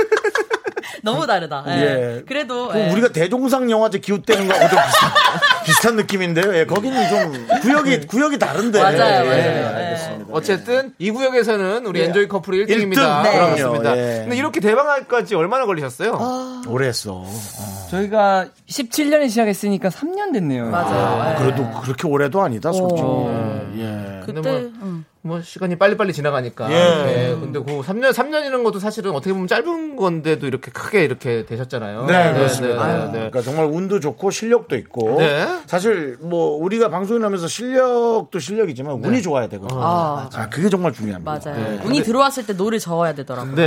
너무 다르다. 예.
예.
그래도
그럼
예.
우리가 대종상 영화제 기웃대는 거하고 좀 비슷한, 비슷한 느낌인데요. 예, 거기는 좀 구역이 구역이 다른데.
맞아요,
예,
맞아요. 예.
알겠습니다.
어쨌든 이 구역에서는 우리 엔조이 커플이 1등입니다.
예. 일등. 네.
그렇습니다.
그럼요, 예.
근데 이렇게 대방까지 얼마나 걸리셨어요?
네.
오래 했어.
저희가 17년에 시작했으니까 3년 됐네요.
맞아요. 예.
그래도 그렇게 오래도 아니다, 솔직히. 예.
그때
근데
음.
뭐 시간이 빨리빨리 지나가니까.
예.
예, 근데 그 3년 3년이라는 것도 사실은 어떻게 보면 짧은 건데도 이렇게 크게 이렇게 되셨잖아요.
네, 그렇습니다.
네, 네,
아,
네.
그러니까 정말 운도 좋고 실력도 있고
네.
사실 뭐 우리가 방송인 하면서 실력도 실력이지만 운이 좋아야 되거든요. 아, 그게 정말 중요합니다. 네.
맞아요. 운이 들어왔을 때 노를 저어야 되더라고요.
네.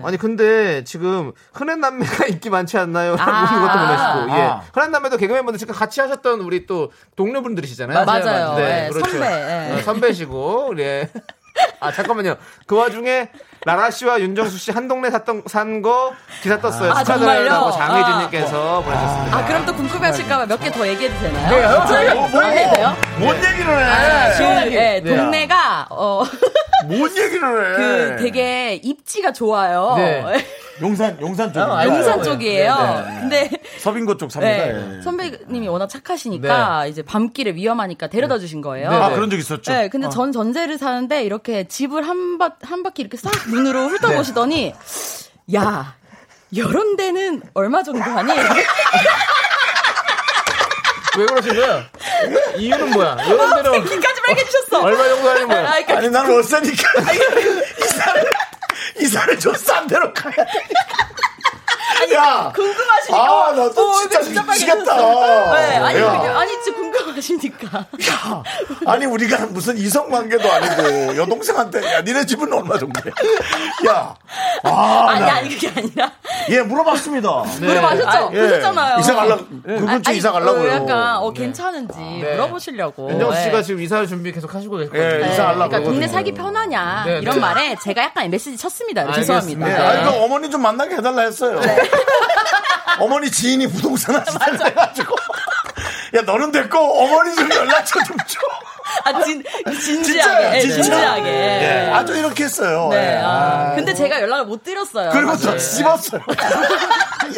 예.
아니 근데 지금 흔한 남매가 인기 많지 않나요? 라고
아.
이것도 보내시고.
아.
예. 흔한 남매도 개그맨분들 지금 같이 하셨던 우리 또 동료분들이시잖아요.
맞아요, 맞아요. 예, 선배, 예.
어, 선배시고. 예. 아 잠깐만요. 그 와중에 라라 씨와 윤정수 씨 한 동네 샀던 산 거 기사 떴어요.
아,
축하드려요라고
정말요?
장혜진님께서 보내셨습니다.
아 그럼 또 궁금해하실까봐 몇 개 더 얘기해도
아,
아, 되나요? 네, 뭐, 뭐, 해도 돼요?
뭔 얘기를 해?
그, 예, 동네가 어
아, 뭔 얘기를 해?
그 되게 입지가 좋아요.
네.
용산 용산 쪽.
아,
용산
네.
쪽이에요. 근데
서빙고 쪽 삽니다.
네,
예.
선배님이 워낙 착하시니까 이제 밤길에 위험하니까 데려다 주신 거예요.
네.
아 그런 적 있었죠.
네, 근데 전 전세를 사는데 이렇게 집을 한, 바, 한 바퀴 이렇게 싹 눈으로 훑어보시더니,
네.
야, 이런 데는 얼마 정도 하니?
왜 그러신 거야? 이유는 뭐야? 이런 데는
귀까지 빨개지셨어.
얼마 정도 하는
아,
거야?
그러니까
아니 난 월세니까 이사를 이사를 좀 싼 데로 가야 돼. 야.
그 궁금하시니까.
아, 나또
어,
진짜
얼굴
미치겠다.
빨개졌어. 네, 아니,
야.
그게- 아니, 진짜 궁금하시니까.
야, 아니 우리가 무슨 이성 관계도 아니고 여동생한테 야 니네 집은 얼마 정도야? 야, 아,
아니,
나,
아니, 그게 아니라.
예 물어봤습니다.
물어보셨죠?
예.
보셨잖아요.
이사 갈라 그렇지
아니,
이사
어,
갈라고요. 네. 아,
약간, 어, 괜찮은지 물어보시려고.
윤정수
네.
씨가 지금 이사 준비 계속 하시고 계시거든요.
예,
네,
이사 갈라고.
그러니까 동네
그러거든요.
살기 편하냐
네,
이런
네.
말에 제가 약간 메시지 쳤습니다.
알겠습니다.
죄송합니다. 네.
예, 아니, 그 어머니 좀 만나게 해달라 했어요. 어머니 지인이 부동산 하시다 해가지고 야 너는 됐고 어머니 좀 연락처 좀 줘.
아, 진,
진짜요,
진지하게.
진짜.
진지하게.
예, 아주 이렇게 했어요.
네.
예.
아, 근데 제가 연락을 못 드렸어요.
그리고 저 씹었어요.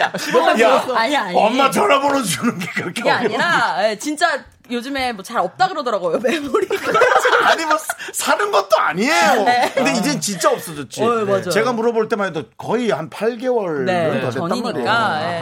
야, 야,
아니, 아니.
엄마 전화번호 주는 게 그렇게
그게
어려운
아니라, 예, 진짜 요즘에 뭐 잘 없다 그러더라고요, 메모리가.
아니 뭐 사는 것도 아니에요.
네.
근데 이젠 진짜 없어졌지. 네.
어, 맞아요.
제가 물어볼 때만 해도 거의 한 8개월
네,
더 됐단 말이에요.
전이니까. 예.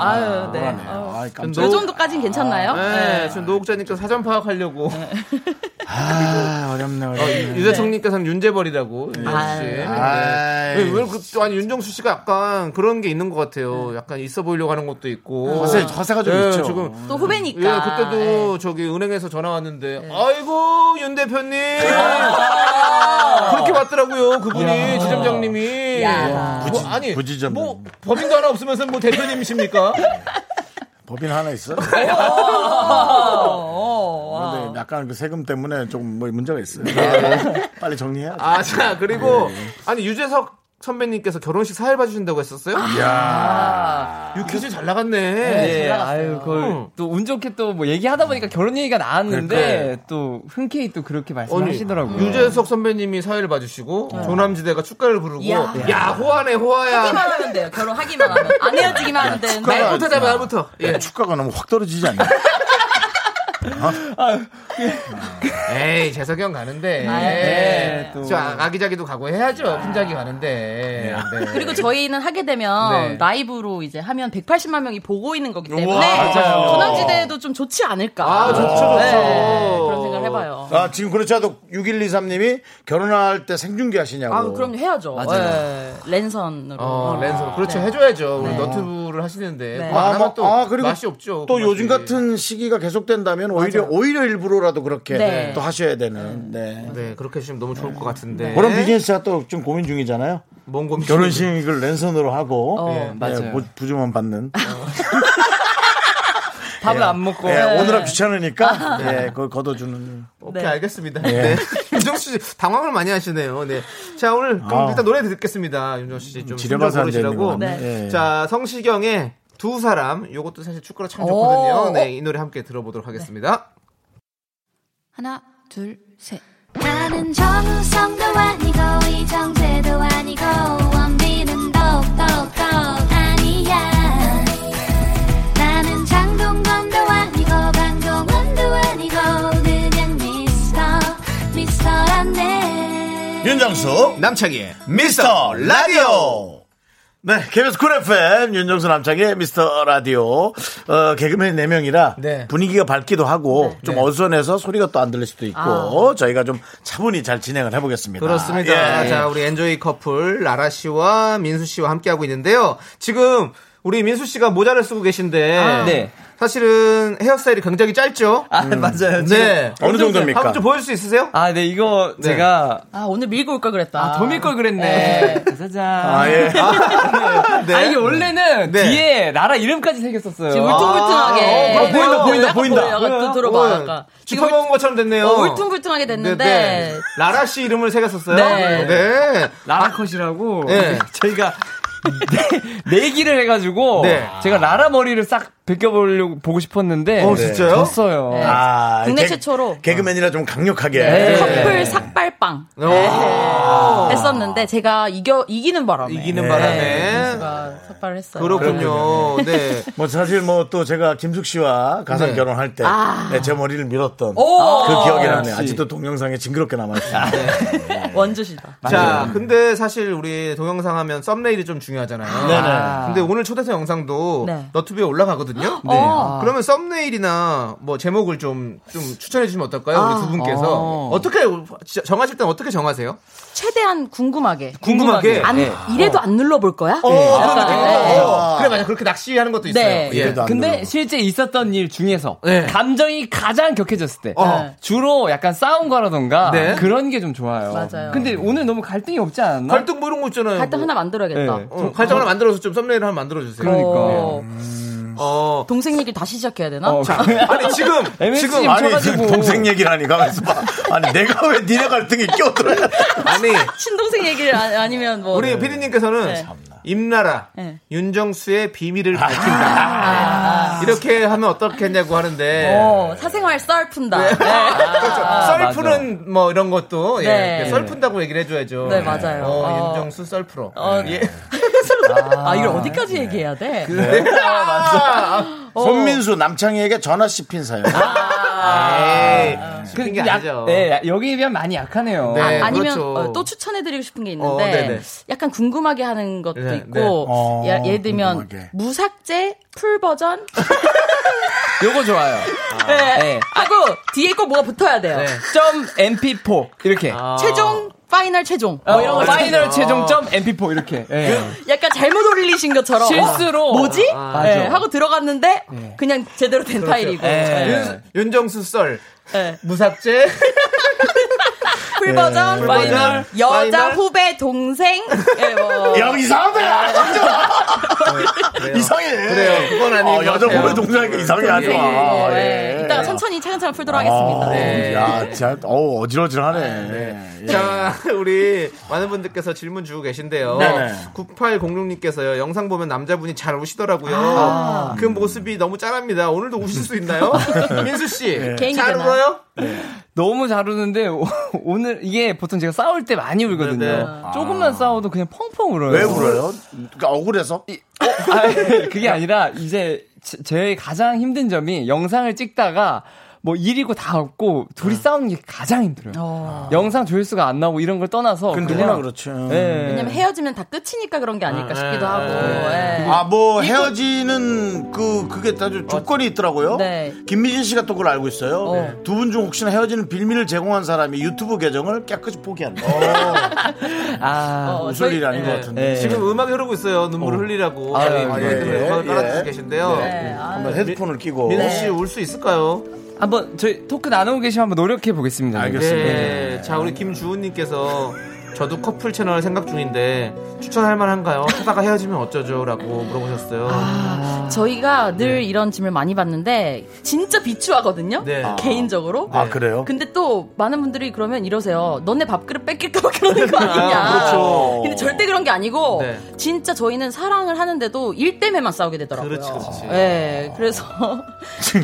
아유, 네.
그러네.
아유.
아이, 깜짝이야.
요 정도까진 괜찮나요?
네,
예.
지금 노국자님께서 사전 파악하려고
아, 어렵네. 어렵네.
유재청님께서는 윤재벌이라고 윤정수 씨.
아유.
아이.
네. 왜, 왜 그, 아니 윤정수 씨가 약간 그런 게 있는 것 같아요. 약간 있어 보이려고 하는 것도 있고.
허세, 허세가 어. 좀
예,
있죠.
지금
또
예,
후배니까.
그때도 저기 은행에서 전화 왔는데, 아이고 윤 대표님 그렇게 왔더라고요. 그분이 지점장님이 뭐, 아니
부지점.
뭐 법인도 하나 없으면서 뭐 대표님이십니까?
법인 하나 있어. 근데 약간 그 세금 때문에 조금 뭐 문제가 있어요. 아, 네. 빨리 정리해야 돼.
아, 자, 그리고, 아니, 유재석 선배님께서 결혼식 사회 봐주신다고 했었어요? 이야. 유퀴즈 잘 나갔네.
예, 아유, 그걸
응.
또 운 좋게 또 뭐 얘기하다 보니까 결혼 얘기가 나왔는데 또 흔쾌히 또 그렇게
아니,
말씀하시더라고요.
유재석 선배님이 사회를 봐주시고, 조남지대가 축가를 부르고,
이야.
야, 호하네, 호하야.
하기만 하면 돼요. 결혼하기만 하면. 안 헤어지기만 하면 되는데.
말부터 대 말부터. 예.
축가가 네, 너무 확 떨어지지 않나?
에이, 재석이 형 가는데.
네, 또.
저 아- 아기자기도 가고 해야죠. 푼자기 가는데. 네.
그리고 저희는 하게 되면
네.
라이브로 이제 하면 180만 명이 보고 있는 거기 때문에
맞아요.
조남지대에도 좀 좋지 않을까. 네,
아, 좋죠, 좋죠.
그런 생각을 해봐요.
아, 지금 그렇지 않아도 6123님이 결혼할 때 생중계 하시냐고.
아, 그럼 해야죠. 맞아요. 랜선으로.
어, 랜선. 그렇죠. 해줘야죠. 우리 너튜브를 하시는데.
네.
그거 안
아,
하면
뭐,
또
아, 그리고
맛이 없죠.
또
그
요즘
맛이.
같은 시기가 계속된다면 오히려 오히려 일부러라도 그렇게
네.
또 하셔야 되는. 네.
네, 그렇게 해주시면 너무 좋을 것 같은데.
그런 비즈니스가 또 좀 고민 중이잖아요.
뭔 고민?
결혼식을 랜선으로 하고
어,
네,
맞아요.
부- 부주만 받는.
밥을 안
네.
먹고.
예, 오늘은 귀찮으니까 예, 그걸 걷어주는.
오케이,
네.
알겠습니다.
예.
네. 윤정수 씨, 당황을 많이 하시네요. 네. 자, 오늘 그럼
아.
일단 노래 듣겠습니다. 윤정수 씨, 좀.
음, 지뢰봐서
심정
안 되는
고르시라고.
거네. 네.
자, 성시경의 두 사람. 요것도 사실 축구로 참
오.
좋거든요. 네, 이 노래 함께 들어보도록 하겠습니다.
하나, 둘, 셋.
나는 정우성도 아니고 이정재도 아니고 원빈은 더욱더 아니야 나는 장동건도 아니고 강동원도 아니고 그냥 미스터 미스터란데
윤정수
남창희의
미스터 라디오. 네, KBS 쿨 FM 윤정수 남창의 미스터 라디오. 어, 개그맨 4명이라
네.
분위기가 밝기도 하고 좀 어수선해서 소리가 또 안 들릴 수도 있고 저희가 좀 차분히 잘 진행을 해보겠습니다.
그렇습니다.
예.
아, 자, 우리 엔조이 커플 라라 씨와 민수 씨와 함께하고 있는데요. 지금 우리 민수 씨가 모자를 쓰고 계신데
네.
사실은 헤어스타일이 굉장히 짧죠? 음.
아, 맞아요. 지금.
네.
어느 정도입니까?
한번 좀 보여줄 수 있으세요?
아, 네, 이거
네.
제가.
아, 오늘 밀고 올 걸 그랬다.
아, 더 밀 걸 그랬네.
네.
짜잔.
아,
아,
예.
네.
아,
이게 원래는
네.
뒤에 라라 이름까지 새겼었어요.
지금
아,
울퉁불퉁하게.
어, 보인다, 보인다,
보인다.
보여. 약간 또 들어봐.
어,
아까.
지금
지금
먹은 것처럼 됐네요.
어, 울퉁불퉁하게 됐는데.
네, 네. 라라 씨 이름을 새겼었어요.
네.
네.
라라컷이라고.
네.
저희가. 네, 내기를 해가지고
네.
제가 라라 머리를 싹 베껴보려고 보고 싶었는데
네.
네.
어, 진짜요?
졌어요.
네.
아,
국내
개-
최초로. 네.
개그맨이라 좀 강력하게. 예.
네.
커플 삭발빵 했었는데 제가 이겨 이기는 바람에
어. 이기는 바람에.
제가 삭발을 했어요.
네. 그렇군요. 네.
뭐 사실 뭐 또 제가 김숙 씨와 가상
네.
결혼할 때 제 머리를 밀었던
오!
그 기억이 나네요.
역시.
아직도 동영상에 징그럽게 남아있어요.
원주시다.
자, 근데 사실 우리 동영상 하면 썸네일이 좀 중요하잖아요. 아. 근데 오늘 초대석 영상도
네.
너튜브에 올라가거든요. 네.
어.
그러면 썸네일이나 뭐 제목을 좀, 좀 추천해 주시면 어떨까요? 우리 두 분께서. 어떻게, 진짜 정하실 땐 어떻게 정하세요?
최대한 궁금하게.
궁금하게?
안,
네. 어.
이래도 안 눌러볼 거야?
그런
약간,
느낌으로.
네.
어, 그래, 맞아. 그렇게 낚시하는 것도 있어요.
네.
예.
이래도 안
근데
늘어나고.
실제 있었던 일 중에서
네.
감정이 가장 격해졌을 때
네.
어.
주로 약간 싸움과라던가
네.
그런 게 좀 좋아요.
맞아요.
근데 오늘 너무 갈등이 없지 않았나?
갈등 뭐 이런 거 있잖아요.
갈등
뭐.
하나 만들어야겠다.
네.
어, 갈등 하나 만들어서 좀 썸네일 하나 만들어주세요.
그러니까.
어,
어.
동생 얘기 다시 시작해야 되나?
어,
자, 아니, 지금,
MSG
지금,
아니,
쳐가지고.
동생 얘기라니, 가만있어 봐. 아니, 내가 왜 니네 갈등에 끼어들어야 돼?
아니,
친동생 얘기를 아, 니면 뭐.
우리 피디님께서는
네.
임나라
네. 아.
윤정수의 비밀을 밝힌다 이렇게 하면 어떻겠냐고 하는데
어, 사생활 썰 푼다. 네.
그렇죠. 썰푸는 뭐 이런 것도 예,
네.
이렇게 썰푼다고 얘기를 해줘야죠.
네, 맞아요.
어,
어. 네.
윤정수 썰프로. 예.
아, 이걸 어디까지 얘기해야 돼?
아, 맞아.
손민수 남창희에게 전화 씹힌 사연.
아,
아,
그
그게
약-
아니죠.
네, 야- 여기에 비하면 많이 약하네요.
네.
아, 아니면
그렇죠.
어, 또 추천해드리고 싶은 게
어,
있는데
네네.
약간 궁금하게 하는 것도
네,
있고
네.
어,
예, 예를 들면
궁금하게.
무삭제 풀 버전
요거 좋아요.
네.
네.
하고 뒤에 꼭 뭐가 붙어야 돼요.
점 mp4 이렇게.
아.
최종 파이널 최종
어,
뭐 이런 거
파이널 최종 점 mp4 이렇게. 예.
그
약간 잘못 올리신 것처럼
실수로.
어, 뭐지?
아,
예,
맞아.
하고 들어갔는데 그냥 제대로 된 파일이고
예.
윤, 정수 썰.
네.
무삭제.
풀
파이널,
버전 파이널 여자
파이널.
후배 동생 예, 뭐.
야, 이상하다! 야, 진짜. 이상해.
그래요. 그건 아닌
어,
것
여자
같아요.
후배 동생이니까 이상해 하지 마.
예,
예.
예. 이따가 천천히 차근차근 풀도록
아,
하겠습니다.
야, 진짜, 어우, 어질어질하네. 예.
자, 우리 많은 분들께서 질문 주고 계신데요.
네네.
9806님께서요, 영상 보면 남자분이 잘 우시더라고요.
아.
그 모습이 너무 짠합니다. 오늘도 우실 수 있나요? 민수씨,
네.
개인기
잘
되나요?
울어요?
너무 잘 우는데 오- 오늘 이게 보통 제가 싸울 때 많이 울거든요. 아.
네,
조금만 싸워도 그냥 펑펑 울어요.
왜 울어요? 그러니까 억울해서?
아니, 그게 아니라 이제 제- 제 가장 힘든 점이 영상을 찍다가 뭐 일이고 다 없고 둘이
네.
싸우는 게 가장 힘들어요. 아. 영상 조회수가 안 나오고 이런 걸 떠나서
그건 누구나 그렇죠.
예.
왜냐면 헤어지면 다 끝이니까 그런 게 아닐까 싶기도 하고. 예.
아, 뭐, 헤어지는 그, 그게 다 조건이 있더라고요.
네.
김미진 씨가 또 그걸 알고 있어요.
어.
두 분 중 혹시나 헤어지는 빌미를 제공한 사람이 유튜브 계정을 깨끗이 포기한다.
아,
어,
웃을
저희-
일이 아닌 것
예.
네. 같은데.
예.
네. 지금 음악이 흐르고 있어요. 눈물을 흘리라고.
아유,
저희
아유,
팬분들
예,
음악을
예.
깔아주고 계신데요.
네, 아,
한번 헤드폰을 끼고.
민수씨 울 수 있을까요?
한번 저희 토크 나누고 계시면 한번 노력해 보겠습니다. 예.
알겠습니다.
네. 자, 우리 김주은님께서 저도 커플 채널 생각 중인데 추천할 만한가요? 하다가 헤어지면 어쩌죠? 라고 물어보셨어요.
아.
저희가 늘 이런 짐을 많이 받는데 진짜 비추하거든요.
네. 아.
개인적으로.
아, 그래요?
근데 또 많은 분들이 그러면 이러세요. 너네 밥그릇 뺏길까 봐 그러는 거 아니냐.
그렇죠.
근데 절대 그런 게 아니고
네.
진짜 저희는 사랑을 하는데도 일 때문에만 싸우게 되더라고요.
그렇지, 그렇지.
네, 그래서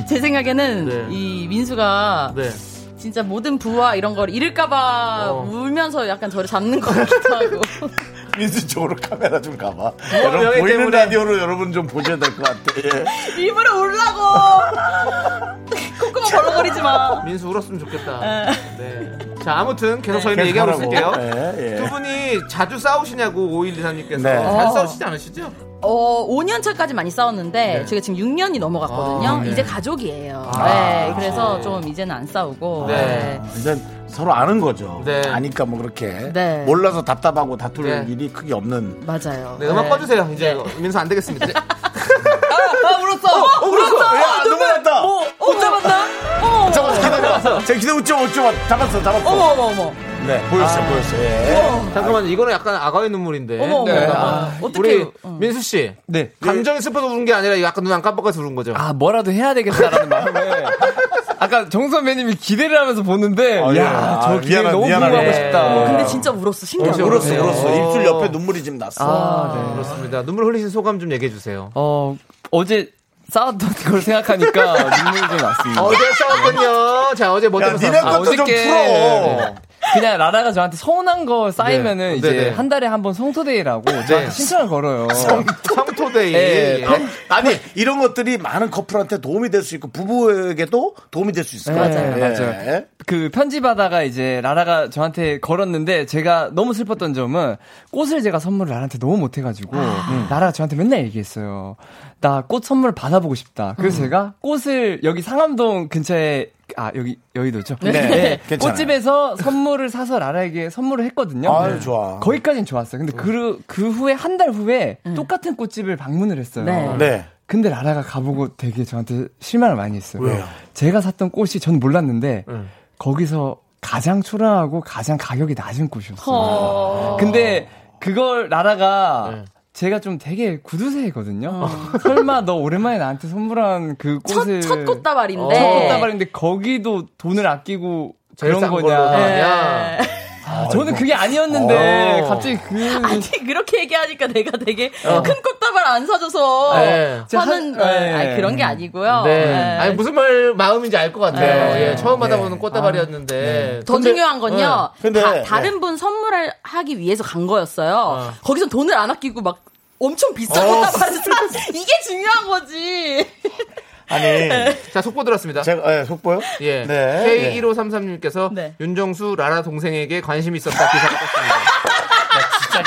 제 생각에는
네.
이 민수가
네.
진짜 모든 부와 이런 걸 잃을까봐
어.
울면서 약간 저를 잡는 것 같기도 하고.
민수 쪽으로 카메라 좀 가봐.
명예
여러분, 보이는
때문에.
라디오로 여러분 좀 보셔야 될 것 같아. 예.
입으로 울라고! 콧구멍 벌렁거리지 마.
민수 울었으면
어.
좋겠다. 네. 자, 아무튼 계속 저희는
계속
얘기하고
하라고.
있을게요.
예, 예.
두 분이 자주 싸우시냐고 5123님께서
네.
잘 싸우시지 않으시죠?
어, 5년 차까지 많이 싸웠는데 제가 지금 6년이 넘어갔거든요.
아, 네.
이제 가족이에요.
아,
네,
그렇지.
그래서 좀 이제는 안 싸우고.
네.
네.
이제 서로 아는 거죠.
네.
아니까 뭐 그렇게.
네.
몰라서 답답하고 다툴
네.
일이 크게 없는.
맞아요.
네, 음악 꺼주세요. 이제 민수 안
네.
되겠습니다.
아, 울었어. 어, 울었어.
그렇죠. 야, 눈물 났다!
어, 어, 잡았나? 어머, 어머,
잠깐만, 기다려. 제가 기다려 웃지 마, 웃지 마. 잡았어, 잡았어.
어머, 어머, 어머.
네, 보였어요, 보였어요. 예.
잠깐만, 이거는 약간 아가의 눈물인데.
어머, 어머.
네.
어머.
아,
우리
어떻게.
민수 씨.
네.
감정이 슬퍼서 우는 게 아니라 약간 눈 안 깜빡해서 우는 거죠.
아, 뭐라도 해야 되겠다라는 마음에 아까 정 선배님이 기대를 하면서 보는데
아, 예.
야,
아,
저 기대
미안하-
너무
미안하네.
공부하고 싶다.
네.
근데 진짜 울었어. 신기하다.
울었어.
울었어, 울었어. 입술 옆에 눈물이 지금 났어.
아, 네.
그렇습니다. 눈물 흘리신 소감 좀 얘기해 주세요.
어, 어제 싸웠던 걸 생각하니까 눈물이 좀 났습니다.
어제 싸웠군요. 자, 어제 뭐
아. 야,
때문에
니네
싸웠어?
것도 좀
어저께-
풀어.
그냥 라라가 저한테 서운한 거 쌓이면은
네.
이제
네네.
한 달에 한 번 성토데이라고
네.
저한테 신청을 걸어요.
성토데이.
예,
예.
팬-
어? 아니 이런 것들이 많은 커플한테 도움이 될 수 있고 부부에게도 도움이 될 수 있을 것 같아요. 예.
네, 맞아요. 그 편지받아가 이제 라라가 저한테 걸었는데 제가 너무 슬펐던 점은 꽃을 제가 선물을 라라한테 너무
아.
못해가지고 음. 라라가 저한테 맨날 얘기했어요. 나 꽃 선물 받아보고 싶다.
음.
그래서 제가 꽃을 여기 상암동 근처에 아 여기 여의도죠.
네, 괜찮아요.
꽃집에서 선물을 사서 라라에게 선물을 했거든요. 네.
아유, 좋아. 네.
거기까지는 좋았어요. 근데 그, 그 후에 한 달 후에 똑같은 꽃집을 방문을 했어요.
네.
음. 네.
근데 라라가 가보고 되게 저한테 실망을 많이 했어요.
왜요?
제가 샀던 꽃이 전 몰랐는데
네.
거기서 가장 초라하고 가장 가격이 낮은 꽃이었어요. 근데 그걸 라라가
네.
제가 좀 되게 구두쇠거든요. 설마 너 오랜만에 나한테 선물한 그 꽃을
어. 첫, 첫 꽃다발인데. 네.
첫 꽃다발인데 거기도 돈을 아끼고
제일
그런
싼 걸로
거냐?
다.
네.
아, 저는 그게 아니었는데
어.
갑자기 그
아니 그렇게 얘기하니까 내가 되게 큰 꽃다발 안 사줘서
네.
하는
한- 네.
아니, 그런 게 아니고요.
네.
네.
아니 무슨 말 마음인지 알 것 같아요.
네.
예, 처음 받아보는 꽃다발이었는데
더 중요한 건요.
근데-
다, 다른 분 선물을 하기 위해서 간 거였어요. 거기서 돈을 안 아끼고 막 엄청 비싼 꽃다발을 사. 이게 중요한 거지.
아니
네.
자 속보 들었습니다.
제가 예, 속보요?
예.
네. 예.
K1533님께서
네.
윤정수 라라 동생에게 관심이 있었다 그 기사가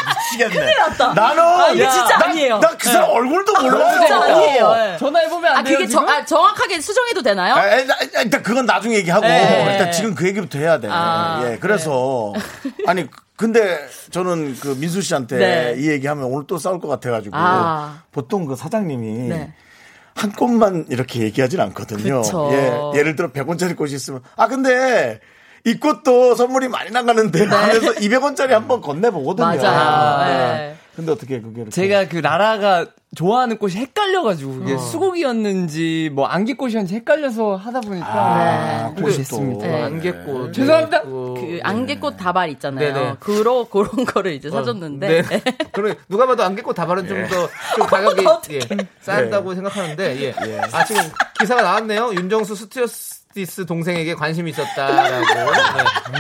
떴습니다.
미치겠네.
났다.
나는
아, 이거 진짜 아니에요. 네. 아,
나 그 사람 얼굴도 몰라.
진짜
어.
아니에요. 예.
전화해보면
아
안 돼요
그게 저,
지금?
아, 정확하게 수정해도 되나요?
아, 일단, 일단 그건 나중에 얘기하고
어? 네.
일단 지금 그 얘기부터 해야 돼.
아,
예, 그래서 아니 근데 저는 그 민수 씨한테
네.
이 얘기하면 오늘 또 싸울 것 같아가지고
아.
보통 그 사장님이
네.
한 꽃만 이렇게 얘기하진 않거든요.
그쵸.
예, 예를 들어 100원짜리 꽃이 있으면 아 근데 이 꽃도 선물이 많이 나가는데 그래서 200원짜리 한번 건네보거든요.
네. 맞아요. 예.
근데 어떻게 그게 이렇게
제가 그 라라가 좋아하는 꽃이 헷갈려가지고 그게
어.
수국이었는지 뭐 안개꽃이었는지 헷갈려서 하다 보니까
아,
꽃이
또.
있습니다.
네.
안개꽃. 네.
죄송합니다.
그-
그 안개꽃 다발 있잖아요.
네네.
그러 그런 거를 이제 사줬는데
네. 그래 누가 봐도 안개꽃 다발은 좀 더 좀 가격이 예, 싼다고 생각하는데 예. 아 지금 기사가 나왔네요. 윤정수 스튜어디스 동생에게 관심이 있었다라고.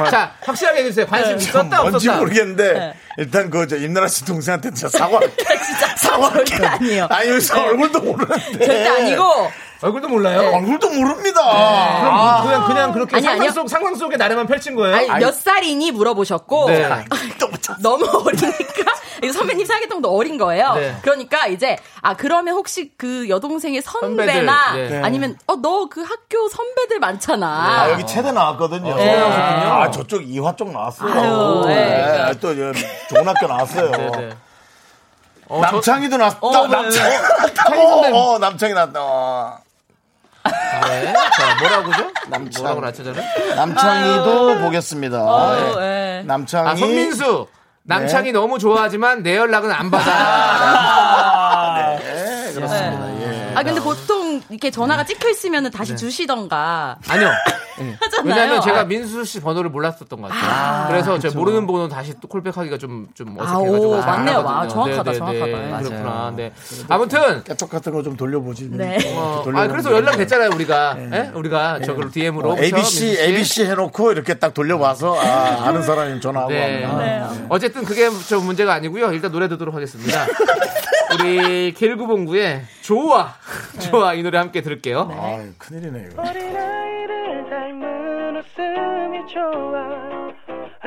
네. 자 확실하게 해주세요. 관심
네,
있었다
뭔지
없었다.
모르겠는데 일단 그저 임나라 씨 동생한테 진짜 사과 사과할게
절대 아니에요. 네.
아니 네. 요새 얼굴도 모르는데 네.
절대 아니고 네.
얼굴도 몰라요.
얼굴도 모릅니다.
그럼
아,
그냥 그냥 그렇게
아니,
상상
아니요.
속 상상 속에 나래만 펼친 거예요.
아니, 몇 살이니 물어보셨고
네.
또 붙였어.
너무 어리니까 이거 선배님 사귀통도 어린 거예요.
네.
그러니까 이제 아 그러면 혹시 그 여동생의 선배나
선배들, 예.
아니면 어 너 그 학교 선배들 많잖아.
아, 여기 최대 나왔거든요.
최대 나왔었군요.
아 저쪽 이화 쪽 나왔어요.
아유,
네,
네, 그러니까.
또 저, 좋은 학교 나왔어요.
네, 네. 어, 저-
남창이도 나왔.
네,
어, 남창이 나왔다. 어, 어, 남창이 나왔다. 어.
네. 자, 뭐라고죠? 뭐라고 낮춰져요
남창이도 보겠습니다. 네.
어, 예.
남창이.
아, 손민수. 남창이
네.
너무 좋아하지만 내 연락은 안 받아.
네, 그렇습니다. 예.
아 근데 보통 이렇게 전화가 찍혀 있으면 다시 주시던가
아니요.
하잖아요. 그렇죠.
왜냐하면 제가 민수 씨 번호를 몰랐었던 것 같아요. 그래서 제 모르는 번호 다시 또 콜백하기가 좀, 좀 어색해가지고.
아, 오,
잘 안
맞네요.
하거든요.
와, 정확하다,
네, 네,
정확하다.
네,
맞아요.
그렇구나. 네. 아무튼.
깨톡 같은 거 좀 돌려보지.
네.
어, 아, 그래서 연락됐잖아요, 우리가. 예? 우리가 저걸로 DM으로.
어, ABC, ABC 해놓고 이렇게 딱 돌려봐서 아, 아는 사람이 전화하고
네.
하면.
어쨌든 그게 좀 문제가 아니고요. 일단 노래 듣도록 하겠습니다. 우리 길구봉구의 좋아.
네.
좋아. 이 노래 함께 들을게요.
아, 큰일이네
어.
이거.
어린아이를 닮은 웃음이 좋아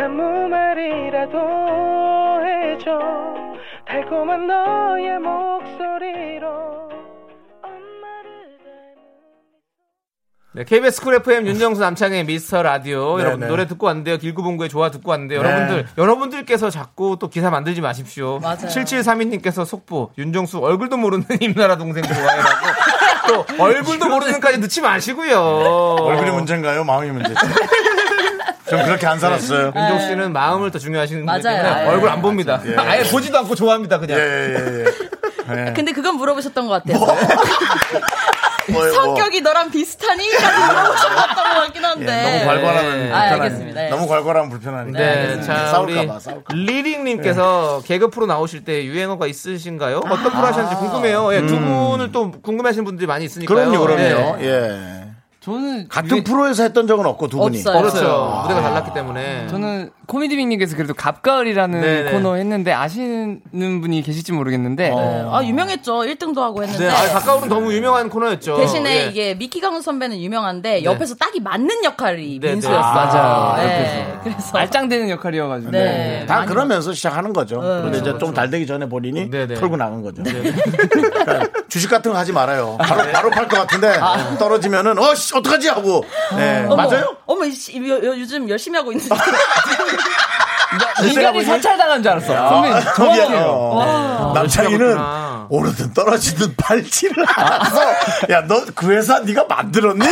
아무 말이라도 해줘 달콤한 너의 목소리로 엄마를 닮은
네, KBS 쿨 FM 윤정수 남창의 미스터 라디오
네,
여러분
네.
노래 듣고 왔는데요. 길구봉구의 좋아 듣고 왔는데 요 여러분들 여러분들께서 자꾸 또 기사 만들지 마십시오.
맞아요.
7732님께서 속보 윤정수 얼굴도 모르는 임나라 동생 좋아해라고 또 얼굴도 모르는까지 넣지 마시고요.
얼굴이 문제인가요? 마음이 문제죠. 전 그렇게 안
네.
살았어요.
윤정수 씨는 마음을 더 중요하시는 분이기
맞아요.
때문에
예.
얼굴 안 봅니다.
예.
아예 보지도 않고 좋아합니다
예,
그냥.
아,
예, 예. 예.
근데 그건 물어보셨던 것 같아요.
뭐예요?
성격이 너랑 비슷하니까지 물어보신 것 같던 것 같긴 한데.
예, 너무 괄괄하면
네.
불편하니.
아, 알겠습니다. 예.
너무 괄괄하면 불편하니까.
네, 자 우리
싸울까봐 네. 싸울까. 봐.
리링님께서 개그 프로 나오실 때 유행어가 있으신가요? 어떤
아.
프로 하셨는지 궁금해요. 예, 두 분을 또 궁금해하시는 분들이 많이 있으니까요.
음. 그럼요, 그럼요.
예.
네.
예.
저는
같은
유행-
프로에서 했던 적은 없고 두 분이.
없어요.
그렇죠.
아.
무대가 달랐기 때문에.
저는 코미디빅님께서 그래도 갑가을이라는
네네.
코너 했는데 아시는 분이 계실지 모르겠는데
어.
네. 아, 유명했죠. 1등도 하고 했는데.
네, 아, 가까운 너무 유명한 코너였죠. 예.
대신에 이게 미키 강우 선배는 유명한데 옆에서 딱이 맞는 역할이
네, 네.
민수였어요.
아, 맞아요.
네. 그래서
알짱되는 역할이어가지고
네.
다 그러면서 시작하는 거죠. 근데 이제 좀 달되기 전에 본인이
네, 네.
털고 나간 거죠. 그러니까 주식 같은 거 하지 말아요. 바로, 바로 팔 것 같은데 떨어지면은 어, 씨, 어떡하지 하고. 네,
어머,
맞아요? 아,
어머 이 요, 요, 요즘 열심히 하고 있는데.
그러니까
네,
인간이 사찰당한 줄
아.
알았어. 선배님,
미안해요. 네.
정확해요.
남창이는
그렇구나.
오르든 떨어지든 팔찌를 알아서 야 너 그 회사 네가 만들었니?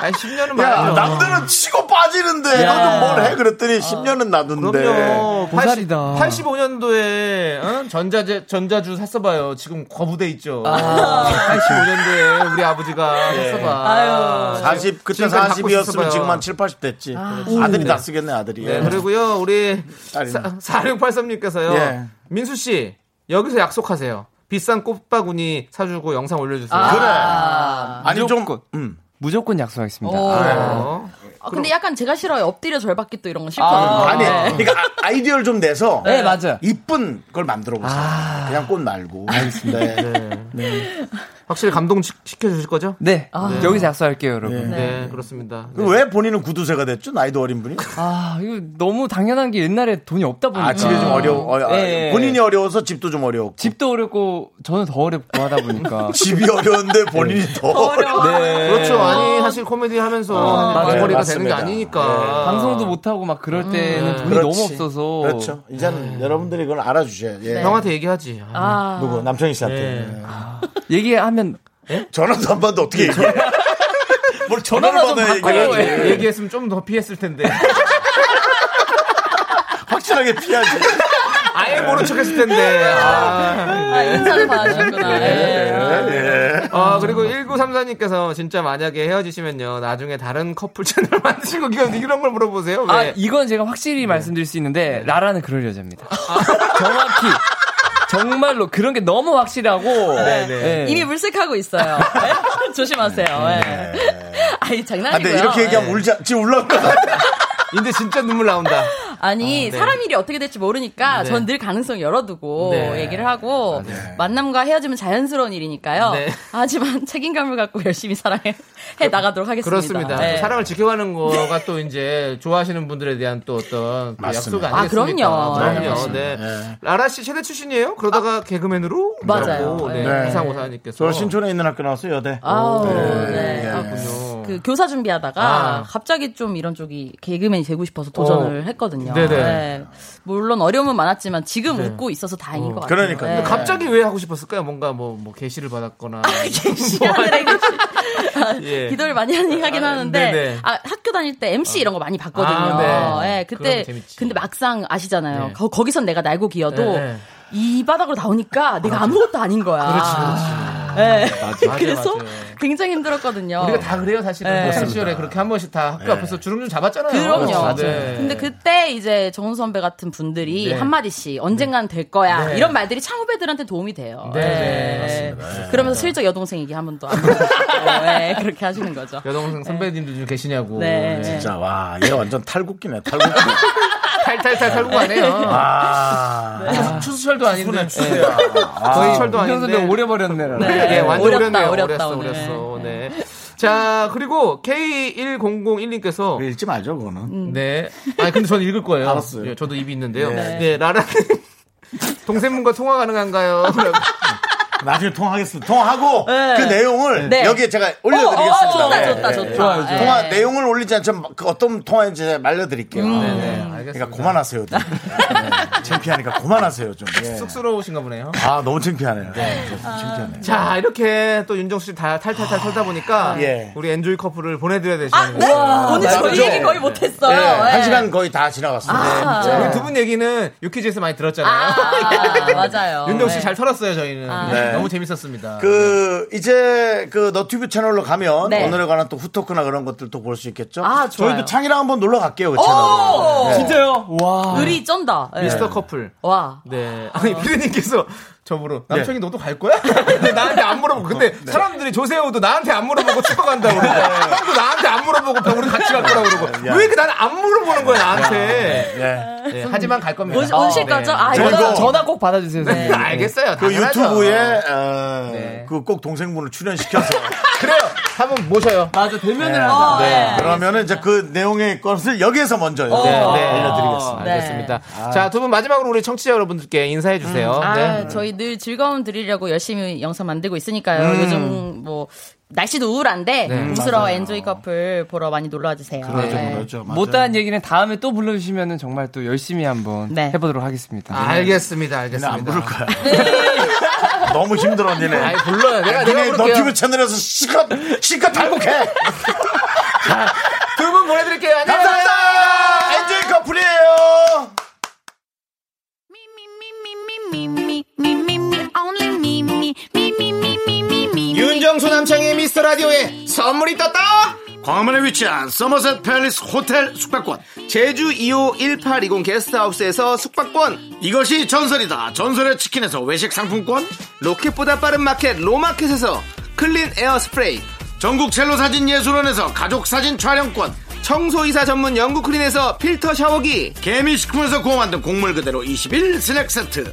아니, 10년은
야
많아요.
남들은 치고 빠지는데
야.
너는 뭘 해? 그랬더니 10년은 놔둔데 네.
그럼요.
보살이다.
85년도에 어? 전자재 전자주 샀어봐요. 지금 거부돼 있죠. 85년도에 우리 아버지가
네.
샀어봐.
아. 아유.
40 그때
지금까지 갖고
40이었으면
있었어요.
지금 한 7, 80 됐지. 아, 들이다 쓰겠네 아들이.
네, 그리고요 우리
딸이네.
4683님께서요
예.
민수 씨 여기서 약속하세요. 비싼 꽃바구니 사주고 영상 올려주세요.
아.
그래. 아니 좀 음.
무조건 약속하겠습니다.
어.
오.
아,
그래요.
아, 근데 약간 제가 싫어요. 엎드려 절받기 또 이런 건 싫거든요. 네.
아니 그러니까 아- 아이디어를 좀 내서
네, 맞아요.
이쁜 걸 만들어 보세요. 그냥 꽃 말고. 네. 알겠습니다.
확실히 감동 시- 시켜주실 거죠?
네.
아.
여기서 약속할게요, 여러분.
네, 그렇습니다. 네.
왜 본인은 구두쇠가 됐죠? 나이도 어린 분이?
아, 이거 너무 당연한 게 옛날에 돈이 없다 보니까.
아, 집이 좀 어려워. 어, 아,
예, 예.
본인이 어려워서 집도 좀 어려웠고.
집도 어렵고, 저는 더 어렵고 하다 보니까.
집이 어려운데 본인이 더 어려워.
네.
그렇죠. 아니 사실 코미디 하면서
맞아요. 네.
거리가 되는 게
맞습니다.
아니니까. 음. 네.
방송도 뭐 못하고 막 그럴 때는 돈이
그렇지.
너무 없어서.
그렇죠. 이제는 여러분들이 그걸 알아주셔야 예.
네. 형한테 얘기하지. 아,
아.
누구? 남창희 씨한테.
네.
얘기하면
네, 전화도 안 받는데 어떻게 얘기해? 뭘 전화를
전화나 좀
받아야
바꿔요.
얘기하지.
예.
얘기했으면 좀 더 피했을 텐데.
확실하게 피하지.
아예 모른 척했을 텐데. 아,
아,
네.
인사를 받아주셨구나. 예.
아, 그리고 1934님께서 진짜 만약에 헤어지시면요 나중에 다른 커플 채널 만드시고 이런 이런 걸 물어보세요. 왜?
아, 이건 제가
네.
확실히 말씀드릴 수 있는데, 라라는 그럴 여자입니다.
아.
정확히. 정말로 그런 게 너무 확실하고.
네,
예.
이미 물색하고 있어요. 예. 조심하세요. 예. 아니
네. 아, 근데
장난이고요.
이렇게 얘기하면
예.
울자, 지금 울라고.
근데 진짜 눈물 나온다.
아니 사람 일이 어떻게 될지 모르니까
네.
전 늘 가능성 열어두고
네.
얘기를 하고 만남과 헤어짐은 자연스러운 일이니까요.
네.
하지만 책임감을 갖고 열심히 사랑해 해 나가도록 하겠습니다.
그렇습니다.
네.
사랑을 지켜가는 거가 또 이제 좋아하시는 분들에 대한 또 어떤 그 약속
맞습니다.
아,
아니겠습니까?
그럼요. 네, 아,
그럼요. 네. 라라 씨 최대 출신이에요? 그러다가 개그맨으로
맞아요.
그러고,
네.
네. 이상고사님께서
저 신촌에 있는 학교 나왔어요, 여대.
아우, 네.
그렇군요.
그 교사 준비하다가
아.
갑자기 좀 이런 쪽이 개그맨이 되고 싶어서 도전을 했거든요.
네네. 네.
네. 물론 어려움은 많았지만 지금 웃고 있어서 다행인 것 같아요.
그러니까.
네.
근데
갑자기 왜 하고 싶었을까요? 뭔가 뭐, 뭐, 게시를 받았거나.
시간을
뭐. 예.
기도를 많이 하긴 하긴 하는데
네네.
아, 학교 다닐 때 MC 이런 거 많이 봤거든요.
아, 네.
예, 그때
그러면 재밌지.
근데 막상 아시잖아요.
네.
거, 거기선 내가 날고 기어도
네, 네.
이 바닥으로 나오니까 내가 아무것도 아닌 거야.
그렇지, 그렇지.
예.
맞아,
그래서
맞아.
굉장히 힘들었거든요.
우리가 다 그래요, 사실은.
어. 네.
학창 시절에 그렇게 한 번씩 다 학교 앞에서 주름 좀 잡았잖아요.
그럼요.
네.
근데 그때 이제 정훈 선배 같은 분들이
네.
한마디씩 언젠간 될 거야.
네.
이런 말들이 참 후배들한테 도움이 돼요. 예.
네, 네,
그러면서 슬쩍 여동생 얘기 한 번도 안 하고 네, 그렇게 하시는 거죠.
여동생 선배님들 좀 계시냐고.
네.
진짜, 와, 얘 완전 탈곡기네, 탈곡기.
탈탈탈 살고 가네요.
아.
추수철도 아닌데.
추수야. 아.
거의 철도
형선배
아닌데.
오래버렸네, 라라.
예, 완전
어렵다,
오렸네요.
어렵다,
어렸어,
오늘.
어렸어. 네. 자, 그리고 K1001님께서
읽지 말죠, 그거는.
네. 아니 근데 저는 읽을 거예요.
네. 알았어요.
예, 저도 입이 있는데요. 네. 라라 동생분과 통화 가능한가요? 라고.
나중에 통화하겠습니다. 통화하고 그 내용을
네.
여기에 제가
어,
올려드리겠습니다.
좋다,
네,
좋다,
네,
좋다.
네.
좋아요, 좋아요.
통화
네. 음.
내용을 올리지 않지만 그 어떤 통화인지 제가 알려드릴게요.
네,
그러니까
알겠습니다.
그만하세요. 좀. 네. 창피하니까 그만하세요 좀. 예.
쑥스러우신가 보네요.
아 너무 창피하네요. 네. 창피하네.
자, 이렇게 또 윤정수 씨 다 탈탈탈 털다 보니까
예.
우리 엔조이 커플을 보내드려야 되시는
네? 오늘 저희
나도
얘기
좀-
거의
네,
못했어요. 예.
한 시간 거의 다 지나갔습니다.
아,
우리 두 분 얘기는 유퀴즈에서 많이 들었잖아요.
아, 맞아요.
윤정수
네.
씨 잘 털었어요, 저희는.
네. 네.
너무 재밌었습니다.
그 이제 그 너튜브 채널로 가면
네.
오늘에 관한 또 후토크나 그런 것들도 볼 수 있겠죠.
아, 좋아요.
저희도 창이랑 한번 놀러 갈게요. 그 채널.
진짜요? 와.
의리 쩐다.
네.
예.
미스터 커플.
와.
네. 아니, 피디님께서 저보러 남청이 너도 갈 거야? 근데 나한테 안 물어보고. 네. 근데 사람들이 조세호도 나한테 안 물어보고 축구 간다고 그러고. 형도 나한테 안 물어보고 병원에 같이 갈 거라고 그러고.
야.
왜 이렇게 나는 안 물어보는 거야, 나한테.
예.
네, 하지만 갈 겁니다.
오실, 오실
네.
거죠? 아,
저희도-
이거
전화, 전화 꼭 받아주세요.
네,
선생님.
알겠어요.
그
당연하죠.
유튜브에 어,
네.
그꼭 동생분을 출연시켜서
그래요. 한번 모셔요.
맞아, 대면을
어,
하자.
네.
그러면은 이제 그 내용의 것을 여기에서 먼저
네,
이제
네.
알려드리겠습니다.
네.
알겠습니다. 자, 두 분 마지막으로 우리 청취자 여러분들께 인사해 주세요.
아,
네.
저희 늘 즐거움 드리려고 열심히 영상 만들고 있으니까요.
음.
요즘 뭐 날씨도 우울한데 우스러워 엔조이 커플 보러 많이 놀러와 주세요. 네.
네, 그렇죠. 맞아요.
못다한 얘기는 다음에 또 불러주시면 정말 또 열심히 한번
네.
해보도록 하겠습니다.
아, 알겠습니다.
얘는
알겠습니다.
안 부를 거야. 너무 힘들어 니네.
아이,
그
불러요. 내가, 내가
니네
부를게요.
너튜브 채널에서 실컷 실컷 탈북해.
두 분 보내드릴게요.
네.
안녕.
감사합니다. 엔조이 커플이에요.
윤정수 남창의 미스터 라디오에 선물이 떴다.
광화문에 위치한 서머셋 팰리스 호텔 숙박권.
제주 2호 1820 게스트하우스에서 숙박권,
이것이 전설이다. 전설의 치킨에서 외식 상품권.
로켓보다 빠른 마켓 로마켓에서 클린 에어 스프레이,
전국 첼로 사진 예술원에서 가족 사진 촬영권.
청소이사 전문 영국 클린에서 필터 샤워기,
개미식품에서 구워 만든 곡물 그대로 21 스낵 세트.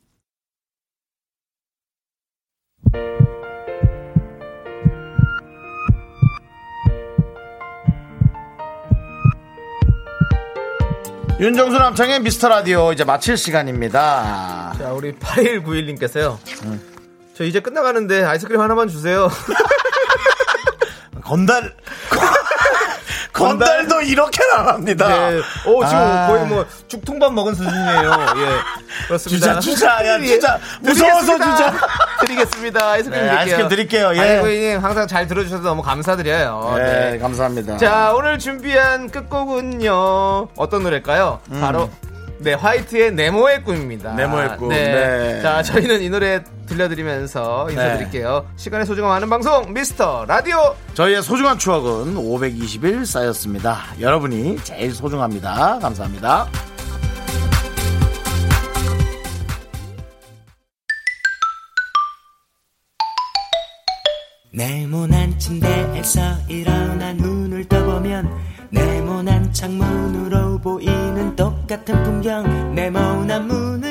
윤정수 남창의 미스터 라디오 이제 마칠 시간입니다.
자, 우리 8191님께서요. 저 이제 끝나가는데 아이스크림 하나만 주세요.
건달. 건달도 이렇게는 안 합니다.
네. 오, 지금
아.
거의 뭐 죽통밥 먹은 수준이에요. 예.
주자,
그렇습니다.
주자, 아니야,
예.
주자. 무서워서
드리겠습니다.
주자.
드리겠습니다. 아이스크림
네,
드릴게요.
아이스크림 드릴게요. 예.
아이고, 예, 항상 잘 들어주셔서 너무 감사드려요.
네,
네.
감사합니다.
자, 오늘 준비한 끝곡은요. 어떤 노래일까요?
음.
바로 네, 화이트의 네모의 꿈입니다.
네모의 꿈, 네.
자, 저희는 이 노래 들려드리면서 인사드릴게요. 시간의 소중함 아는 방송 미스터 라디오.
저희의 소중한 추억은 520일 쌓였습니다. 여러분이 제일 소중합니다. 감사합니다.
네모난 침대에서 일어나 눈을 떠보면 네모난 창문으로 보이는 똑같은 풍경 네모난 문을